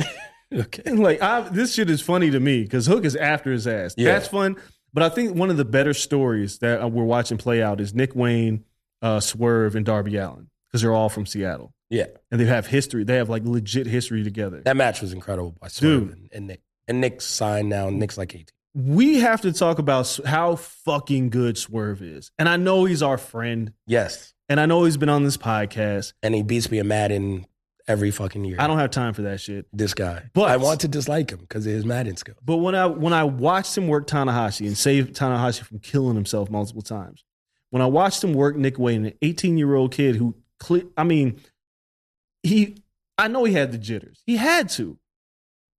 [SPEAKER 2] okay.
[SPEAKER 3] like I, this shit is funny to me because Hook is after his ass.
[SPEAKER 2] Yeah.
[SPEAKER 3] That's fun. But I think one of the better stories that uh, we're watching play out is Nick Wayne, uh, Swerve, and Darby Allen because they're all from Seattle
[SPEAKER 2] Yeah,
[SPEAKER 3] and they have history. They have like legit history together.
[SPEAKER 2] that match was incredible by Swerve
[SPEAKER 3] Dude.
[SPEAKER 2] and, and Nick. And Nick's signed now. and Nick's like 18.
[SPEAKER 3] We have to talk about s- how fucking good Swerve is, and I know he's our friend,
[SPEAKER 2] Yes,
[SPEAKER 3] and I know he's been on this podcast.
[SPEAKER 2] and he beats me in Madden every fucking year.
[SPEAKER 3] I don't have time for that shit.
[SPEAKER 2] this guy,
[SPEAKER 3] But-
[SPEAKER 2] I want to dislike him because of his Madden skill.
[SPEAKER 3] But when I when I watched him work Tanahashi and save Tanahashi from killing himself multiple times, when I watched him work Nick Wayne, an 18 year old kid who, cle- I mean, he, I know he had the jitters. He had to,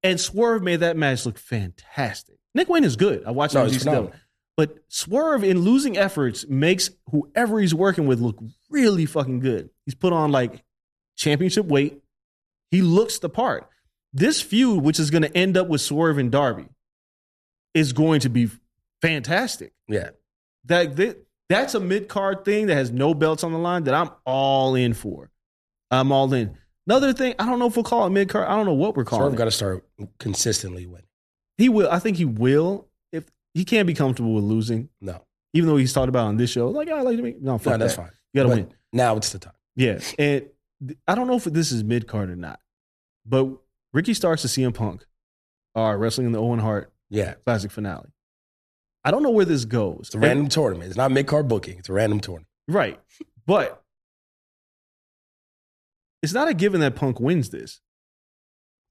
[SPEAKER 3] and Swerve made that match look fantastic. Nick Wayne is good. I watched
[SPEAKER 2] No,
[SPEAKER 3] him in
[SPEAKER 2] he's
[SPEAKER 3] GCW.
[SPEAKER 2] phenomenal.
[SPEAKER 3] but Swerve in losing efforts makes whoever he's working with look really fucking good. He's put on like championship weight. He looks the part. This feud, which is going to end up with Swerve and Darby, is going to be fantastic.
[SPEAKER 2] Yeah,
[SPEAKER 3] That, that that's a mid card thing that has no belts on the line that I'm all in for. I'm all in. Another thing, I don't know if we'll call it mid card. I don't know what we're calling.
[SPEAKER 2] Swerve
[SPEAKER 3] it.
[SPEAKER 2] got to start consistently winning.
[SPEAKER 3] he will. I think he will. If he can't be comfortable with losing,
[SPEAKER 2] No,
[SPEAKER 3] even though he's talked about on this show, like "Oh, I like to make no, fuck
[SPEAKER 2] no, that's
[SPEAKER 3] that.
[SPEAKER 2] fine.
[SPEAKER 3] You gotta
[SPEAKER 2] But
[SPEAKER 3] win.
[SPEAKER 2] Now it's the time.
[SPEAKER 3] Yeah, and I don't know if this is mid card or not, but Ricky Starks and CM Punk are wrestling in the Owen Hart
[SPEAKER 2] Yeah.
[SPEAKER 3] Classic finale. I don't know where this goes.
[SPEAKER 2] It's a random tournament. It's not mid card booking. It's a random tournament.
[SPEAKER 3] Right. But it's not a given that Punk wins this.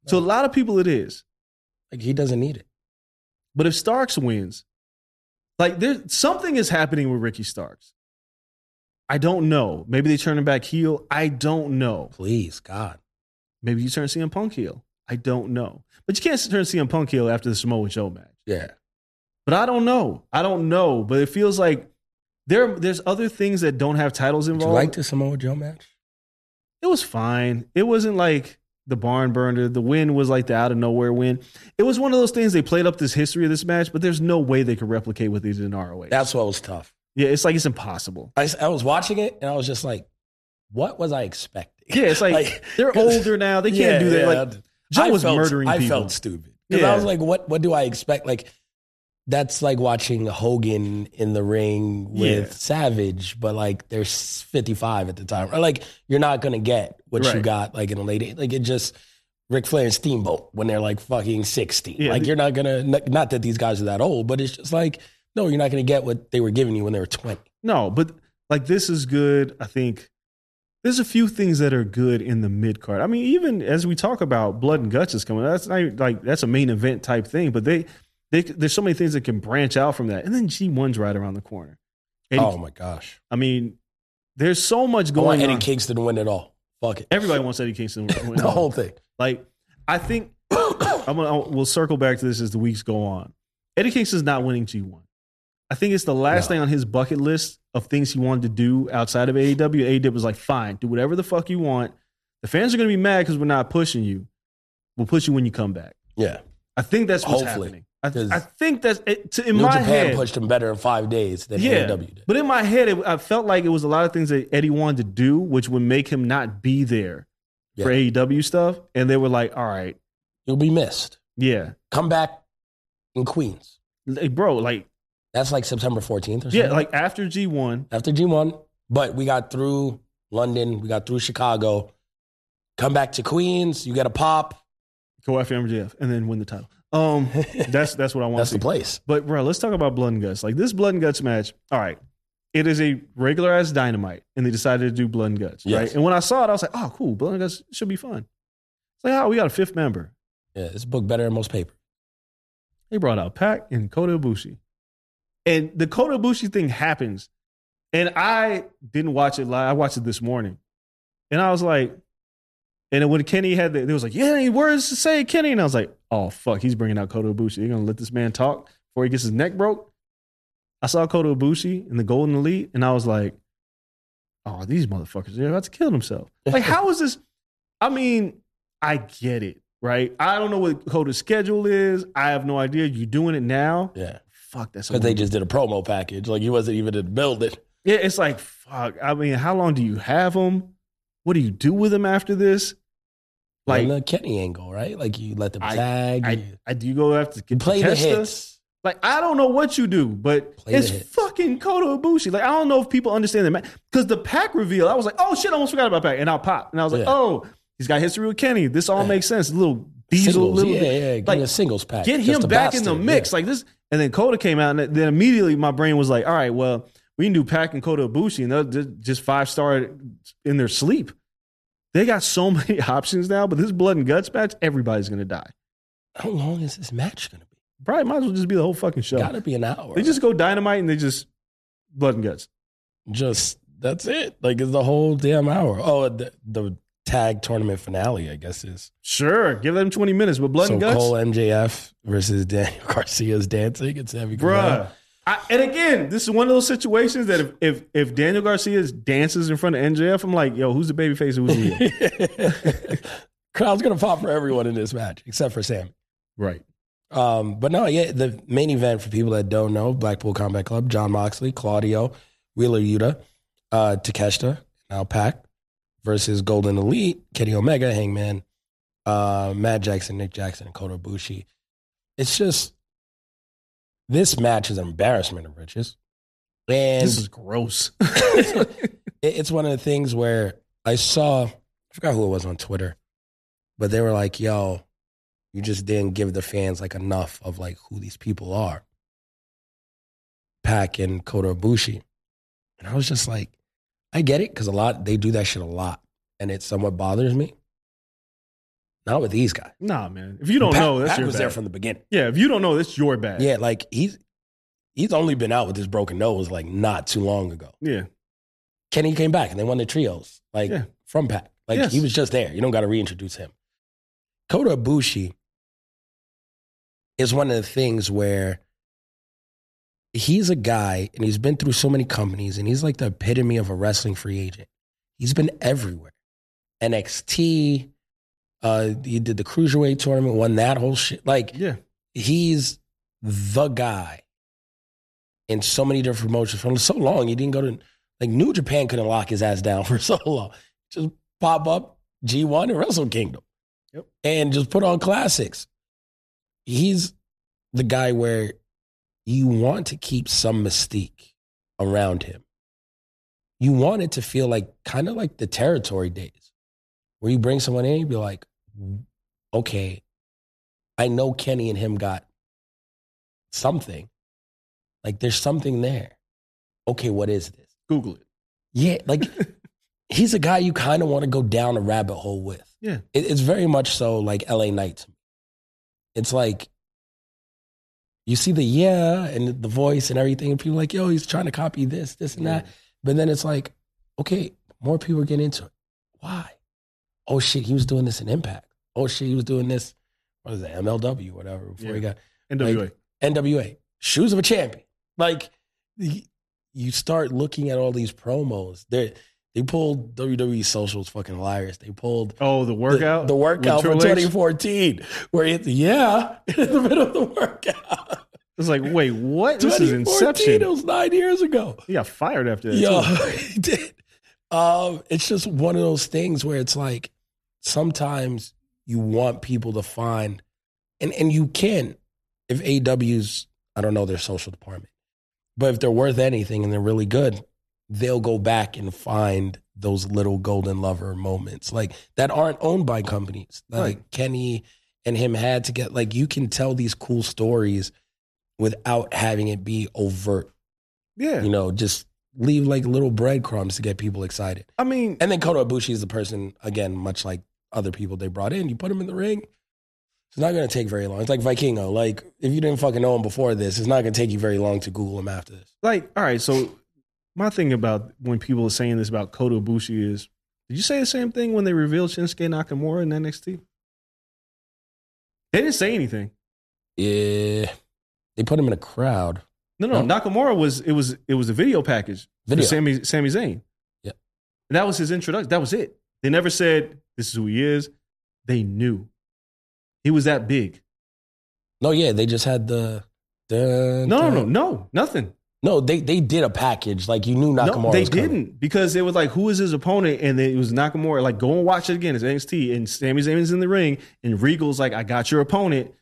[SPEAKER 3] To a lot of people, it is.
[SPEAKER 2] Like he doesn't need it.
[SPEAKER 3] But if Starks wins, like there, something is happening with Ricky Starks. I don't know. Maybe they turn him back heel. I don't know.
[SPEAKER 2] Please, God.
[SPEAKER 3] Maybe you turn CM Punk heel. I don't know. But you can't turn CM Punk heel after the Samoa Joe match.
[SPEAKER 2] Yeah.
[SPEAKER 3] But I don't know. I don't know. But it feels like there, there's other things that don't have titles
[SPEAKER 2] Did you
[SPEAKER 3] involved.
[SPEAKER 2] like the Samoa Joe match?
[SPEAKER 3] it was fine. It wasn't like the barn burner. The win was like the out of nowhere win. It was one of those things they played up this history of this match, but there's no way they could replicate what they did in ROH.
[SPEAKER 2] That's what was tough.
[SPEAKER 3] yeah, it's like it's impossible.
[SPEAKER 2] I, s- I was watching it and I was just like, what was I expecting? [LAUGHS]
[SPEAKER 3] Yeah, it's like, they're
[SPEAKER 2] 'cause-
[SPEAKER 3] older now. They can't
[SPEAKER 2] Yeah,
[SPEAKER 3] do that.
[SPEAKER 2] yeah.
[SPEAKER 3] Like Joe
[SPEAKER 2] I
[SPEAKER 3] was
[SPEAKER 2] felt-
[SPEAKER 3] murdering
[SPEAKER 2] I
[SPEAKER 3] people.
[SPEAKER 2] felt stupid. Because
[SPEAKER 3] Yeah.
[SPEAKER 2] I was like, what what do I expect? Like, that's like watching Hogan in the ring with
[SPEAKER 3] Yeah.
[SPEAKER 2] Savage, but like they're 55 at the time. Or like, you're not going to get what you
[SPEAKER 3] Right.
[SPEAKER 2] got like in a lady. Like, it just, Ric Flair and Steamboat when they're like fucking 60.
[SPEAKER 3] Yeah,
[SPEAKER 2] like,
[SPEAKER 3] the-
[SPEAKER 2] you're not going to, not that these guys are that old, but it's just like, no, you're not going to get what they were giving you when they were 20.
[SPEAKER 3] No, but like this is good. I think there's a few things that are good in the mid card. I mean, even as we talk about blood and guts is coming, that's not even- like that's a main event type thing. But they, they there's so many things that can branch out from that. And then G1's right around the corner. Eddie,
[SPEAKER 2] oh my gosh.
[SPEAKER 3] I mean, there's so much
[SPEAKER 2] I want
[SPEAKER 3] going
[SPEAKER 2] Eddie
[SPEAKER 3] on.
[SPEAKER 2] Kingston to win it all. Fuck it.
[SPEAKER 3] Everybody wants Eddie Kingston. to
[SPEAKER 2] [LAUGHS]
[SPEAKER 3] win.
[SPEAKER 2] The whole thing.
[SPEAKER 3] Like, I think [COUGHS] I'm gonna I'll- we'll circle back to this as the weeks go on. Eddie Kingston's not winning G1. I think it's the last
[SPEAKER 2] No.
[SPEAKER 3] thing on his bucket list of things he wanted to do outside of E AEW. AEW was like, fine, do whatever the fuck you want. The fans are gonna be mad because we're not pushing you. We'll push you when you come back.
[SPEAKER 2] Yeah.
[SPEAKER 3] I think that's what's
[SPEAKER 2] Hopefully,
[SPEAKER 3] happening.
[SPEAKER 2] 'cause
[SPEAKER 3] I, I think that's it, to, in
[SPEAKER 2] New
[SPEAKER 3] my
[SPEAKER 2] Japan
[SPEAKER 3] head.
[SPEAKER 2] pushed him better in five days than
[SPEAKER 3] yeah,
[SPEAKER 2] AEW E did.
[SPEAKER 3] but in my head, it, I felt like it was a lot of things that Eddie wanted to do, which would make him not be there
[SPEAKER 2] Yeah.
[SPEAKER 3] for AEW stuff. And they were like, all right,
[SPEAKER 2] You'll be missed.
[SPEAKER 3] yeah,
[SPEAKER 2] Come back in Queens.
[SPEAKER 3] like, bro, like
[SPEAKER 2] That's like September 14th or something.
[SPEAKER 3] Yeah, like after G one,
[SPEAKER 2] after G1. But we got through London, we got through Chicago. Come back to Queens, you get a pop.
[SPEAKER 3] go after MJF and then win the title.
[SPEAKER 2] [LAUGHS]
[SPEAKER 3] Um, that's that's what I want.
[SPEAKER 2] That's
[SPEAKER 3] to
[SPEAKER 2] the
[SPEAKER 3] see.
[SPEAKER 2] place.
[SPEAKER 3] But bro, let's talk about blood and guts. Like this blood and guts match. All right, it is a regular ass dynamite, and they decided to do blood and guts.
[SPEAKER 2] Yes.
[SPEAKER 3] Right, and when I saw it, I was like, oh, cool, blood and guts should be fun. It's like, oh, we got a fifth member.
[SPEAKER 2] Yeah, this book better than most paper.
[SPEAKER 3] They brought out Pac and Kota Ibushi, and the Kota Ibushi thing happens, and I didn't watch it live. I watched it this morning, and I was like, and then when Kenny had, the, they was like, yeah, any words to say, Kenny, and I was like, oh fuck, he's bringing out Kota Ibushi. They're gonna let this man talk before he gets his neck broke. I saw Kota Ibushi in the Golden Elite, and I was like, oh, these motherfuckers, they're about to kill themselves. Like, how is this? I mean, I get it, right? I don't know what Kota's schedule is. I have no idea. You doing it now?
[SPEAKER 2] Yeah.
[SPEAKER 3] Fuck, that's a
[SPEAKER 2] Because they
[SPEAKER 3] win.
[SPEAKER 2] just did a promo package. Like you wasn't even in the building.
[SPEAKER 3] Yeah, it's like fuck. I mean, how long do you have him? What do you do with him after this?
[SPEAKER 2] Like
[SPEAKER 3] Like,
[SPEAKER 2] the uh, Kenny angle, right? Like you let them
[SPEAKER 3] I-
[SPEAKER 2] tag.
[SPEAKER 3] I,
[SPEAKER 2] you
[SPEAKER 3] I do you go after
[SPEAKER 2] you play the
[SPEAKER 3] Contesta?
[SPEAKER 2] hits.
[SPEAKER 3] Like, I don't know what you do, but
[SPEAKER 2] Play the
[SPEAKER 3] it's
[SPEAKER 2] hits.
[SPEAKER 3] fucking Kota Ibushi. Like, I don't know if people understand that because the pack reveal, I was like, oh shit, I almost forgot about pack, and I popped, and I was like,
[SPEAKER 2] Yeah.
[SPEAKER 3] oh, he's got history with Kenny. This all
[SPEAKER 2] Yeah.
[SPEAKER 3] makes sense. A little diesel,
[SPEAKER 2] Singles,
[SPEAKER 3] little
[SPEAKER 2] yeah,
[SPEAKER 3] bit.
[SPEAKER 2] yeah. Give
[SPEAKER 3] Like,
[SPEAKER 2] me a singles pack.
[SPEAKER 3] get
[SPEAKER 2] Just
[SPEAKER 3] him
[SPEAKER 2] a
[SPEAKER 3] back in the
[SPEAKER 2] bastard.
[SPEAKER 3] mix
[SPEAKER 2] Yeah.
[SPEAKER 3] like this. And then Kota came out, and then immediately my brain was like, all right, well, we can do Pac and Kota Ibushi, and they'll ju- just five star in their sleep. They got so [LAUGHS] many options now, but this blood and guts match, everybody's gonna die.
[SPEAKER 2] How long is this match gonna be?
[SPEAKER 3] Probably might as well just be the whole fucking show.
[SPEAKER 2] Gotta be an hour.
[SPEAKER 3] They just go dynamite and they just blood and guts.
[SPEAKER 2] just that's it. Like it's the whole damn hour. Oh, the, the tag tournament finale, I guess is
[SPEAKER 3] Sure, give them twenty minutes, but blood
[SPEAKER 2] so
[SPEAKER 3] and guts,
[SPEAKER 2] Cole MJF versus Daniel [LAUGHS] Garcia's dancing. It's heavy,
[SPEAKER 3] bruh. I, and again, this is one of those situations that if if, if Daniel Garcia dances in front of NJF, I'm like, yo, who's the baby face? Who's the
[SPEAKER 2] [LAUGHS]
[SPEAKER 3] heel?
[SPEAKER 2] Crowd's gonna pop for everyone in this match except for Sammy.
[SPEAKER 3] right?
[SPEAKER 2] Um, but no, yeah, the main event for people that don't know, Blackpool Combat Club, John Moxley, Claudio, Wheeler Yuta, uh, Takeshita, now Pac, versus Golden Elite, Kenny Omega, Hangman, uh, Matt Jackson, Nick Jackson, and Kota Ibushi. It's just this match is an embarrassment of riches. And
[SPEAKER 3] This is gross. [LAUGHS]
[SPEAKER 2] it- it's one of the things where I saw I forgot who it was on Twitter, but they were like, yo, you just didn't give the fans like enough of like who these people are. Pack and Kota Ibushi. And I was just like, I get it because a lot, they do that shit a lot. And it somewhat bothers me. Not with these guys.
[SPEAKER 3] Nah, man. If you don't
[SPEAKER 2] Pac-
[SPEAKER 3] know, that's
[SPEAKER 2] Pac
[SPEAKER 3] your
[SPEAKER 2] was
[SPEAKER 3] bad.
[SPEAKER 2] there from the beginning.
[SPEAKER 3] yeah, if you don't know, that's your bad.
[SPEAKER 2] Yeah, like he's he's only been out with this broken nose like not too long ago.
[SPEAKER 3] Yeah.
[SPEAKER 2] Kenny came back and they won the trios, like
[SPEAKER 3] Yeah.
[SPEAKER 2] from Pac. Like
[SPEAKER 3] Yes.
[SPEAKER 2] he was just there. You don't got to reintroduce him. Kota Ibushi is one of the things where he's a guy and he's been through so many companies and he's like the epitome of a wrestling free agent. He's been everywhere. NXT, uh, he did the cruiserweight tournament, won that whole shit. Like
[SPEAKER 3] Yeah.
[SPEAKER 2] he's the guy in so many different promotions for so long. He didn't go to like New Japan couldn't lock his ass down [LAUGHS] for so long. Just pop up G1 and Wrestle Kingdom.
[SPEAKER 3] Yep.
[SPEAKER 2] And just put on classics. He's the guy where you want to keep some mystique around him. You want it to feel like kind of like the territory days where you bring someone in and you be like, okay, I know Kenny and him got something. Like there's something there. Okay, what is this?
[SPEAKER 3] Google it.
[SPEAKER 2] Yeah, like he's a guy you kind of want to go down a rabbit hole with.
[SPEAKER 3] Yeah.
[SPEAKER 2] It, it's very much so like LA Knight to me. It's like you see the yeah and the voice and everything, and people are like, yo, he's trying to copy this, this, and that. But then it's like, okay, more people are getting into it. Why? Oh shit, he was doing this in Impact. Oh shit, he was doing this, what is it, MLW, whatever, before he
[SPEAKER 3] Yeah.
[SPEAKER 2] got
[SPEAKER 3] NWA.
[SPEAKER 2] NWA, shoes of a champion. Like y- you start looking at all these promos. They they pulled WWE socials fucking liars. They pulled
[SPEAKER 3] oh, the
[SPEAKER 2] the-
[SPEAKER 3] workout.
[SPEAKER 2] the, workout
[SPEAKER 3] with
[SPEAKER 2] from
[SPEAKER 3] Triple H?
[SPEAKER 2] 2014, where it's yeah [LAUGHS] in the middle of the workout.
[SPEAKER 3] It's like, wait, what? This is
[SPEAKER 2] 2014,
[SPEAKER 3] Inception.
[SPEAKER 2] It was nine years ago.
[SPEAKER 3] He got fired after that.
[SPEAKER 2] Yeah,
[SPEAKER 3] too.
[SPEAKER 2] [LAUGHS] he did. Um, it's just one of those things where it's like sometimes you want people to find, and and you can if AW's I don't know their social department, but if they're worth anything and they're really good, they'll go back and find those little golden lover moments like that aren't owned by companies that, like Kenny and him had to get like you can tell these cool stories without having it be overt
[SPEAKER 3] Yeah.
[SPEAKER 2] you know, just leave like little breadcrumbs to get people excited.
[SPEAKER 3] I mean,
[SPEAKER 2] And then Kota Ibushi is the person again, much like other people they brought in. You put him in the ring, it's not going to take very long. It's like Vikingo. Like if you didn't fucking know him before this, it's not going to take you very long to Google him after this.
[SPEAKER 3] like, all right, so my thing about when people are saying this about Kota Ibushi is, did you say the same thing when they revealed Shinsuke Nakamura in NXT? They didn't say anything.
[SPEAKER 2] Yeah, they put him in a crowd.
[SPEAKER 3] No, no,
[SPEAKER 2] No.
[SPEAKER 3] Nakamura was it was it was a video package
[SPEAKER 2] Video.
[SPEAKER 3] for Sammy Sami Zayn.
[SPEAKER 2] Yeah.
[SPEAKER 3] And that was his introduction. That was it. They never said this is who he is. They knew. He was that big.
[SPEAKER 2] No, yeah, they just had the. Dun,
[SPEAKER 3] No, no, no,
[SPEAKER 2] dun.
[SPEAKER 3] no, nothing.
[SPEAKER 2] no. They they did a package like you knew Nakamura.
[SPEAKER 3] no, they
[SPEAKER 2] was coming.
[SPEAKER 3] didn't because it was like who is his opponent, and then it was Nakamura. Like go and watch it again. It's NXT, and Sami Zayn's in the ring, and Regal's like, I got your opponent,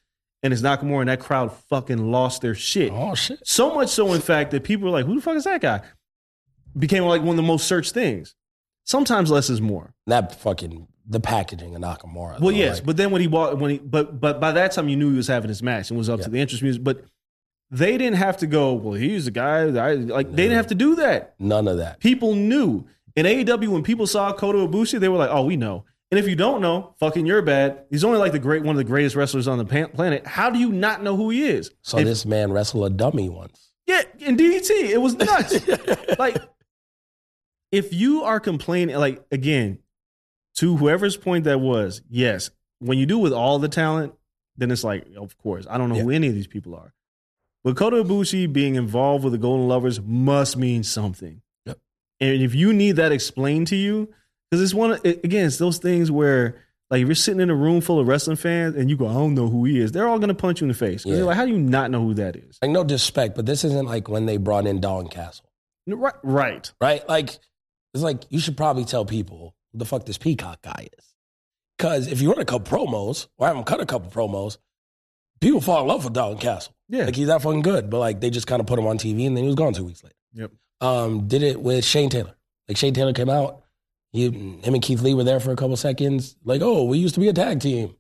[SPEAKER 3] and it's Nakamura, and that crowd fucking lost their shit.
[SPEAKER 2] Oh shit!
[SPEAKER 3] So much so, in fact, that people were like, "Who the fuck is that guy?" Became like one of the most searched things. Sometimes less is more.
[SPEAKER 2] That fucking the packaging of Nakamura.
[SPEAKER 3] Well,
[SPEAKER 2] though,
[SPEAKER 3] yes,
[SPEAKER 2] like-
[SPEAKER 3] but then when he bought when he but but by that time you knew he was having his match and was up
[SPEAKER 2] Yeah.
[SPEAKER 3] to the interest music. But they didn't have to go. Well, he's the guy. that I, like they didn't have to do that.
[SPEAKER 2] none of that.
[SPEAKER 3] People knew in AEW when people saw Kota Ibushi, they were like, "Oh, we know." And if you don't know, fucking you're bad. He's only like the great one of the greatest wrestlers on the pan- planet. How do you not know who he is?
[SPEAKER 2] So
[SPEAKER 3] If-
[SPEAKER 2] this man wrestled a dummy once.
[SPEAKER 3] yeah, in DDT, it was nuts.
[SPEAKER 2] [LAUGHS]
[SPEAKER 3] like, if you are complaining, like again, to whoever's point that was, yes, when you do with all the talent, then it's like, of course, I don't know who any of these people are. But Kota Ibushi being involved with the Golden Lovers must mean something.
[SPEAKER 2] Yep.
[SPEAKER 3] And if you need that explained to you, because it's one of- it- again, it's those things where. Like if you're sitting in a room full of wrestling fans and you go, I don't know who he is, they're all gonna punch you in the face. 'Cause
[SPEAKER 2] Yeah.
[SPEAKER 3] They're like, how do you not know who that is?
[SPEAKER 2] like no disrespect, but this isn't like when they brought in Don Castle,
[SPEAKER 3] Right, right.
[SPEAKER 2] right? Like it's like you should probably tell people who the fuck this Peacock guy is, because if you run a couple promos or have him cut a couple promos, people fall in love with Don Castle.
[SPEAKER 3] Yeah.
[SPEAKER 2] like he's that fucking good, but like they just kind of put him on TV and then he was gone two weeks later.
[SPEAKER 3] Yep.
[SPEAKER 2] Um, did it with Shane Taylor. Like Shane Taylor came out, he He, him and Keith Lee were there for a couple seconds. Like, oh, we used to be a tag team.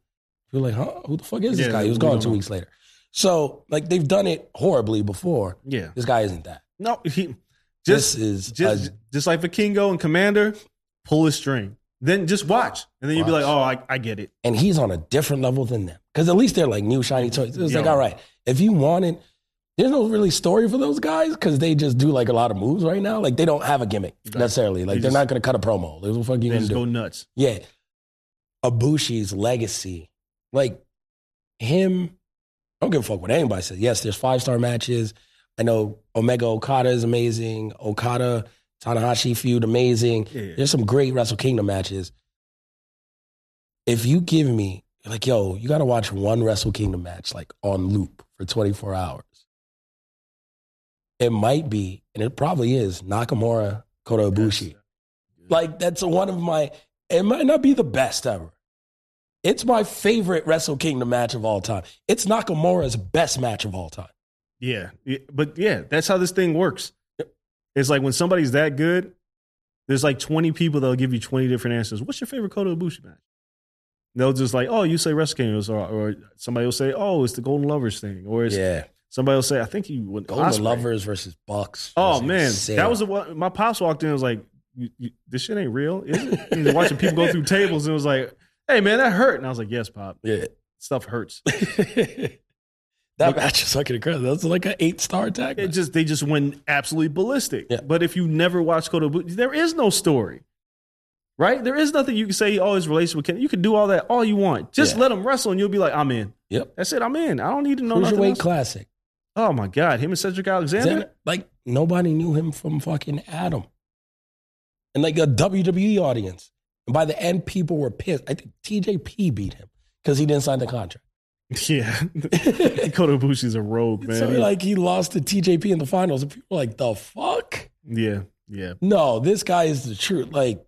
[SPEAKER 2] You're like, huh? Who the fuck is this
[SPEAKER 3] Yeah,
[SPEAKER 2] guy? He was
[SPEAKER 3] we
[SPEAKER 2] gone
[SPEAKER 3] don't
[SPEAKER 2] two
[SPEAKER 3] know.
[SPEAKER 2] weeks later. So, like, they've done it horribly before.
[SPEAKER 3] Yeah.
[SPEAKER 2] This guy isn't that.
[SPEAKER 3] No, he
[SPEAKER 2] this
[SPEAKER 3] just uh,
[SPEAKER 2] is
[SPEAKER 3] just
[SPEAKER 2] a-
[SPEAKER 3] just like for Kingo and Commander, pull his string. Then just watch, and then you'll be
[SPEAKER 2] Watch.
[SPEAKER 3] like, "Oh, I, I get it."
[SPEAKER 2] and he's on a different level than them because at least they're like new shiny toys. It's like
[SPEAKER 3] Yeah.
[SPEAKER 2] all right, if you wanted, there's no really story for those guys because they just do like a lot of moves right now. Like they don't have a gimmick necessarily. Like
[SPEAKER 3] They
[SPEAKER 2] they're
[SPEAKER 3] just-
[SPEAKER 2] not gonna cut a promo. Like, what the fuck you
[SPEAKER 3] They
[SPEAKER 2] gonna
[SPEAKER 3] just
[SPEAKER 2] do?
[SPEAKER 3] go nuts.
[SPEAKER 2] yeah, Abushi's legacy, like him. I don't give a fuck what anybody says. Yes, there's five star matches. I know Omega Okada is amazing. Okada Tanahashi feud amazing.
[SPEAKER 3] Yeah.
[SPEAKER 2] There's some great Wrestle Kingdom matches. If you give me like, yo, you got to watch one Wrestle Kingdom match like on loop for 24 hours. It might be, and it probably is Nakamura Kota Ibushi. Like that's one of my. It might not be the best ever. It's my favorite Wrestle Kingdom match of all time. It's Nakamura's best match of all time.
[SPEAKER 3] Yeah, Yeah, but yeah, that's how this thing works. It's like when somebody's that good, there's like 20 people that'll give you 20 different answers. What's your favorite Kota Ibushi match? And They'll just like, oh, you say Wrestle Kingdoms, or, or somebody will say, oh, it's the Golden Lovers thing, or it's
[SPEAKER 2] yeah,
[SPEAKER 3] somebody will say, I think he went
[SPEAKER 2] Golden
[SPEAKER 3] Osprey.
[SPEAKER 2] Lovers versus Bucks.
[SPEAKER 3] Oh
[SPEAKER 2] was
[SPEAKER 3] man,
[SPEAKER 2] insane.
[SPEAKER 3] that was the one. My pops walked in and was like, you, you, "This shit ain't real." Is it? He was watching people go through tables and was like, "Hey man, that hurt." And I was like, "Yes, pop,
[SPEAKER 2] yeah.
[SPEAKER 3] stuff hurts."
[SPEAKER 2] [LAUGHS] that match is fucking incredible. That's like an eight star tag.
[SPEAKER 3] It
[SPEAKER 2] match.
[SPEAKER 3] just they just went absolutely ballistic.
[SPEAKER 2] Yeah.
[SPEAKER 3] But if you never watch Kota, Ibushi, there is no story, right? There is nothing you can say. Oh, his relationship with Ken. You can do all that all you want. Just
[SPEAKER 2] Yeah.
[SPEAKER 3] let him wrestle, and you'll be like, "I'm in."
[SPEAKER 2] yep.
[SPEAKER 3] That's it. I'm in. I don't need to know nothing
[SPEAKER 2] Cruiserweight
[SPEAKER 3] else.
[SPEAKER 2] Classic.
[SPEAKER 3] oh my god, him and Cedric Alexander.
[SPEAKER 2] Xander, like nobody knew him from fucking Adam, and like a WWE audience. And by the end, people were pissed. I think TJP beat him because he didn't sign the contract.
[SPEAKER 3] [LAUGHS] Yeah,
[SPEAKER 2] [LAUGHS]
[SPEAKER 3] Kota Ibushi's a rogue man.
[SPEAKER 2] so
[SPEAKER 3] He-
[SPEAKER 2] like he lost to TJP in the finals, and people were like, "The fuck."
[SPEAKER 3] yeah, yeah.
[SPEAKER 2] No, this guy is the truth. Like,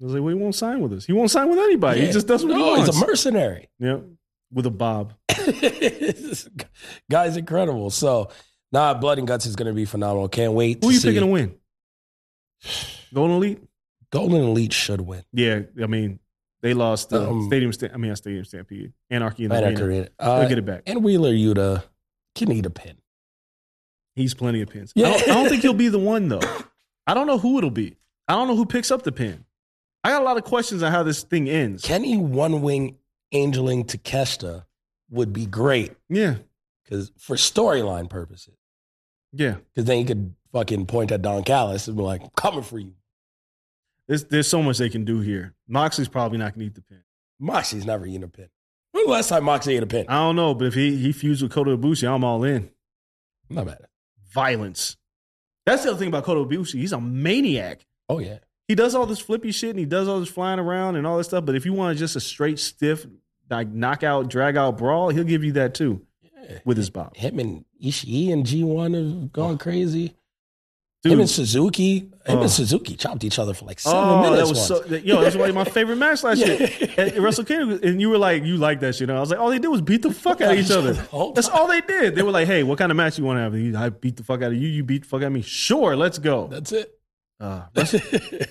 [SPEAKER 3] I was like, well, he won't sign with us. He won't sign with anybody.
[SPEAKER 2] yeah.
[SPEAKER 3] He just does what
[SPEAKER 2] no,
[SPEAKER 3] he wants.
[SPEAKER 2] he's a mercenary.
[SPEAKER 3] yeah. With a bob.
[SPEAKER 2] This [LAUGHS] guy's incredible. So, nah, Blood and Guts is going to be phenomenal. Can't wait.
[SPEAKER 3] Who
[SPEAKER 2] to
[SPEAKER 3] you
[SPEAKER 2] see.
[SPEAKER 3] picking to win? Golden Elite?
[SPEAKER 2] Golden Elite should win.
[SPEAKER 3] Yeah, I mean, they lost the
[SPEAKER 2] Um,
[SPEAKER 3] Stadium Stamp. I mean, not Stadium Stampede. Anarchy in the
[SPEAKER 2] Right
[SPEAKER 3] Arena.
[SPEAKER 2] after it.
[SPEAKER 3] They'll
[SPEAKER 2] Uh,
[SPEAKER 3] get it back.
[SPEAKER 2] and Wheeler Yuta can eat a pin.
[SPEAKER 3] He's plenty of pins.
[SPEAKER 2] Yeah.
[SPEAKER 3] I, don't, I don't think he'll be the one, though. [LAUGHS] I don't know who it'll be. I don't know who picks up the pin. I got a lot of questions on how this thing ends.
[SPEAKER 2] Kenny one wing angeling to Kesta would be great
[SPEAKER 3] yeah,
[SPEAKER 2] because for storyline purposes,
[SPEAKER 3] yeah.
[SPEAKER 2] because then you could fucking point at Don Callis and be like, "Coming for you."
[SPEAKER 3] There's, there's so much they can do here. Moxley's probably not going to eat the pin.
[SPEAKER 2] Moxie's never eaten a pin. When was the last time Moxie ate a pin?
[SPEAKER 3] I don't know, but if he, he feuds with Kota Ibushi, I'm all in.
[SPEAKER 2] I'm not mad. At it.
[SPEAKER 3] violence. That's the other thing about Kota Ibushi. He's a maniac.
[SPEAKER 2] Oh yeah,
[SPEAKER 3] He does all this flippy shit and he does all this flying around and all this stuff. But if you want just a straight stiff like knockout, drag out brawl, he'll give you that too with his bob.
[SPEAKER 2] him and Ishii and G One have
[SPEAKER 3] Oh.
[SPEAKER 2] gone crazy.
[SPEAKER 3] Dude,
[SPEAKER 2] Him and Suzuki, him
[SPEAKER 3] Oh.
[SPEAKER 2] and Suzuki chopped each other for like seven
[SPEAKER 3] oh,
[SPEAKER 2] minutes.
[SPEAKER 3] that was so
[SPEAKER 2] once.
[SPEAKER 3] that- yo. That's one of my favorite match last
[SPEAKER 2] Yeah.
[SPEAKER 3] year at Wrestle Kingdom. And you were like, you like that shit. And I was like, all they did was beat the fuck out of each
[SPEAKER 2] [LAUGHS]
[SPEAKER 3] other.
[SPEAKER 2] The whole
[SPEAKER 3] That's
[SPEAKER 2] time.
[SPEAKER 3] all they did. They were like, hey, what kind of match you want to have? You- I beat the fuck out of you. You beat the fuck out of me. Sure, let's go.
[SPEAKER 2] That's it.
[SPEAKER 3] Uh, Wrestle,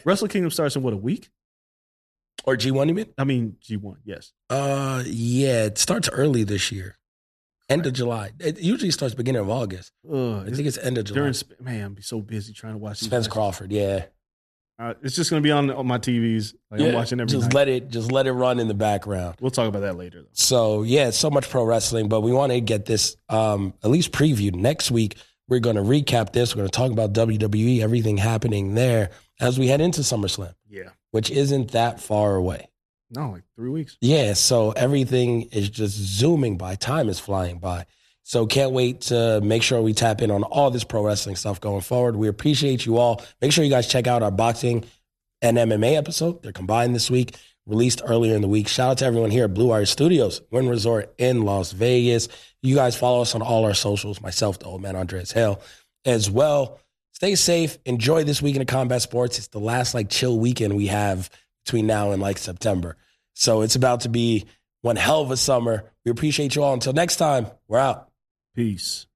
[SPEAKER 3] Wrestle Kingdom starts in what a week?
[SPEAKER 2] [LAUGHS] or G One, you mean?
[SPEAKER 3] I mean, G one. Yes.
[SPEAKER 2] Uh, yeah, it starts early this year, end of July. It usually starts beginning of August.
[SPEAKER 3] Ugh,
[SPEAKER 2] I think it's end of July.
[SPEAKER 3] during sp- man, I'm be so busy trying to watch these
[SPEAKER 2] Spence
[SPEAKER 3] matches.
[SPEAKER 2] Crawford, yeah.
[SPEAKER 3] Uh, it's just gonna be on, on my TVs. Like
[SPEAKER 2] Yeah,
[SPEAKER 3] I'm watching every
[SPEAKER 2] Just
[SPEAKER 3] night.
[SPEAKER 2] let it, just let it run in the background.
[SPEAKER 3] we'll talk about that later. Though.
[SPEAKER 2] So yeah, so much pro wrestling, but we want to get this um, at least previewed next week. We're going to recap this. We're going to talk about WWE, everything happening there as we head into SummerSlam,
[SPEAKER 3] Yeah,
[SPEAKER 2] which isn't that far away.
[SPEAKER 3] no, like three weeks.
[SPEAKER 2] Yeah, so everything is just zooming by. Time is flying by. So can't wait to make sure we tap in on all this pro wrestling stuff going forward. We appreciate you all. Make sure you guys check out our boxing and MMA episode. They're combined this week, released earlier in the week. Shout out to everyone here at Blue Wire Studios, Wynn Resort in Las Vegas. You guys follow us on all our socials, myself, the old man Andres Hale, as well. Stay safe. Enjoy this weekend of combat sports. It's the last like chill weekend we have between now and like September. So it's about to be one hell of a summer. We appreciate you all. Until next time, we're out.
[SPEAKER 3] Peace.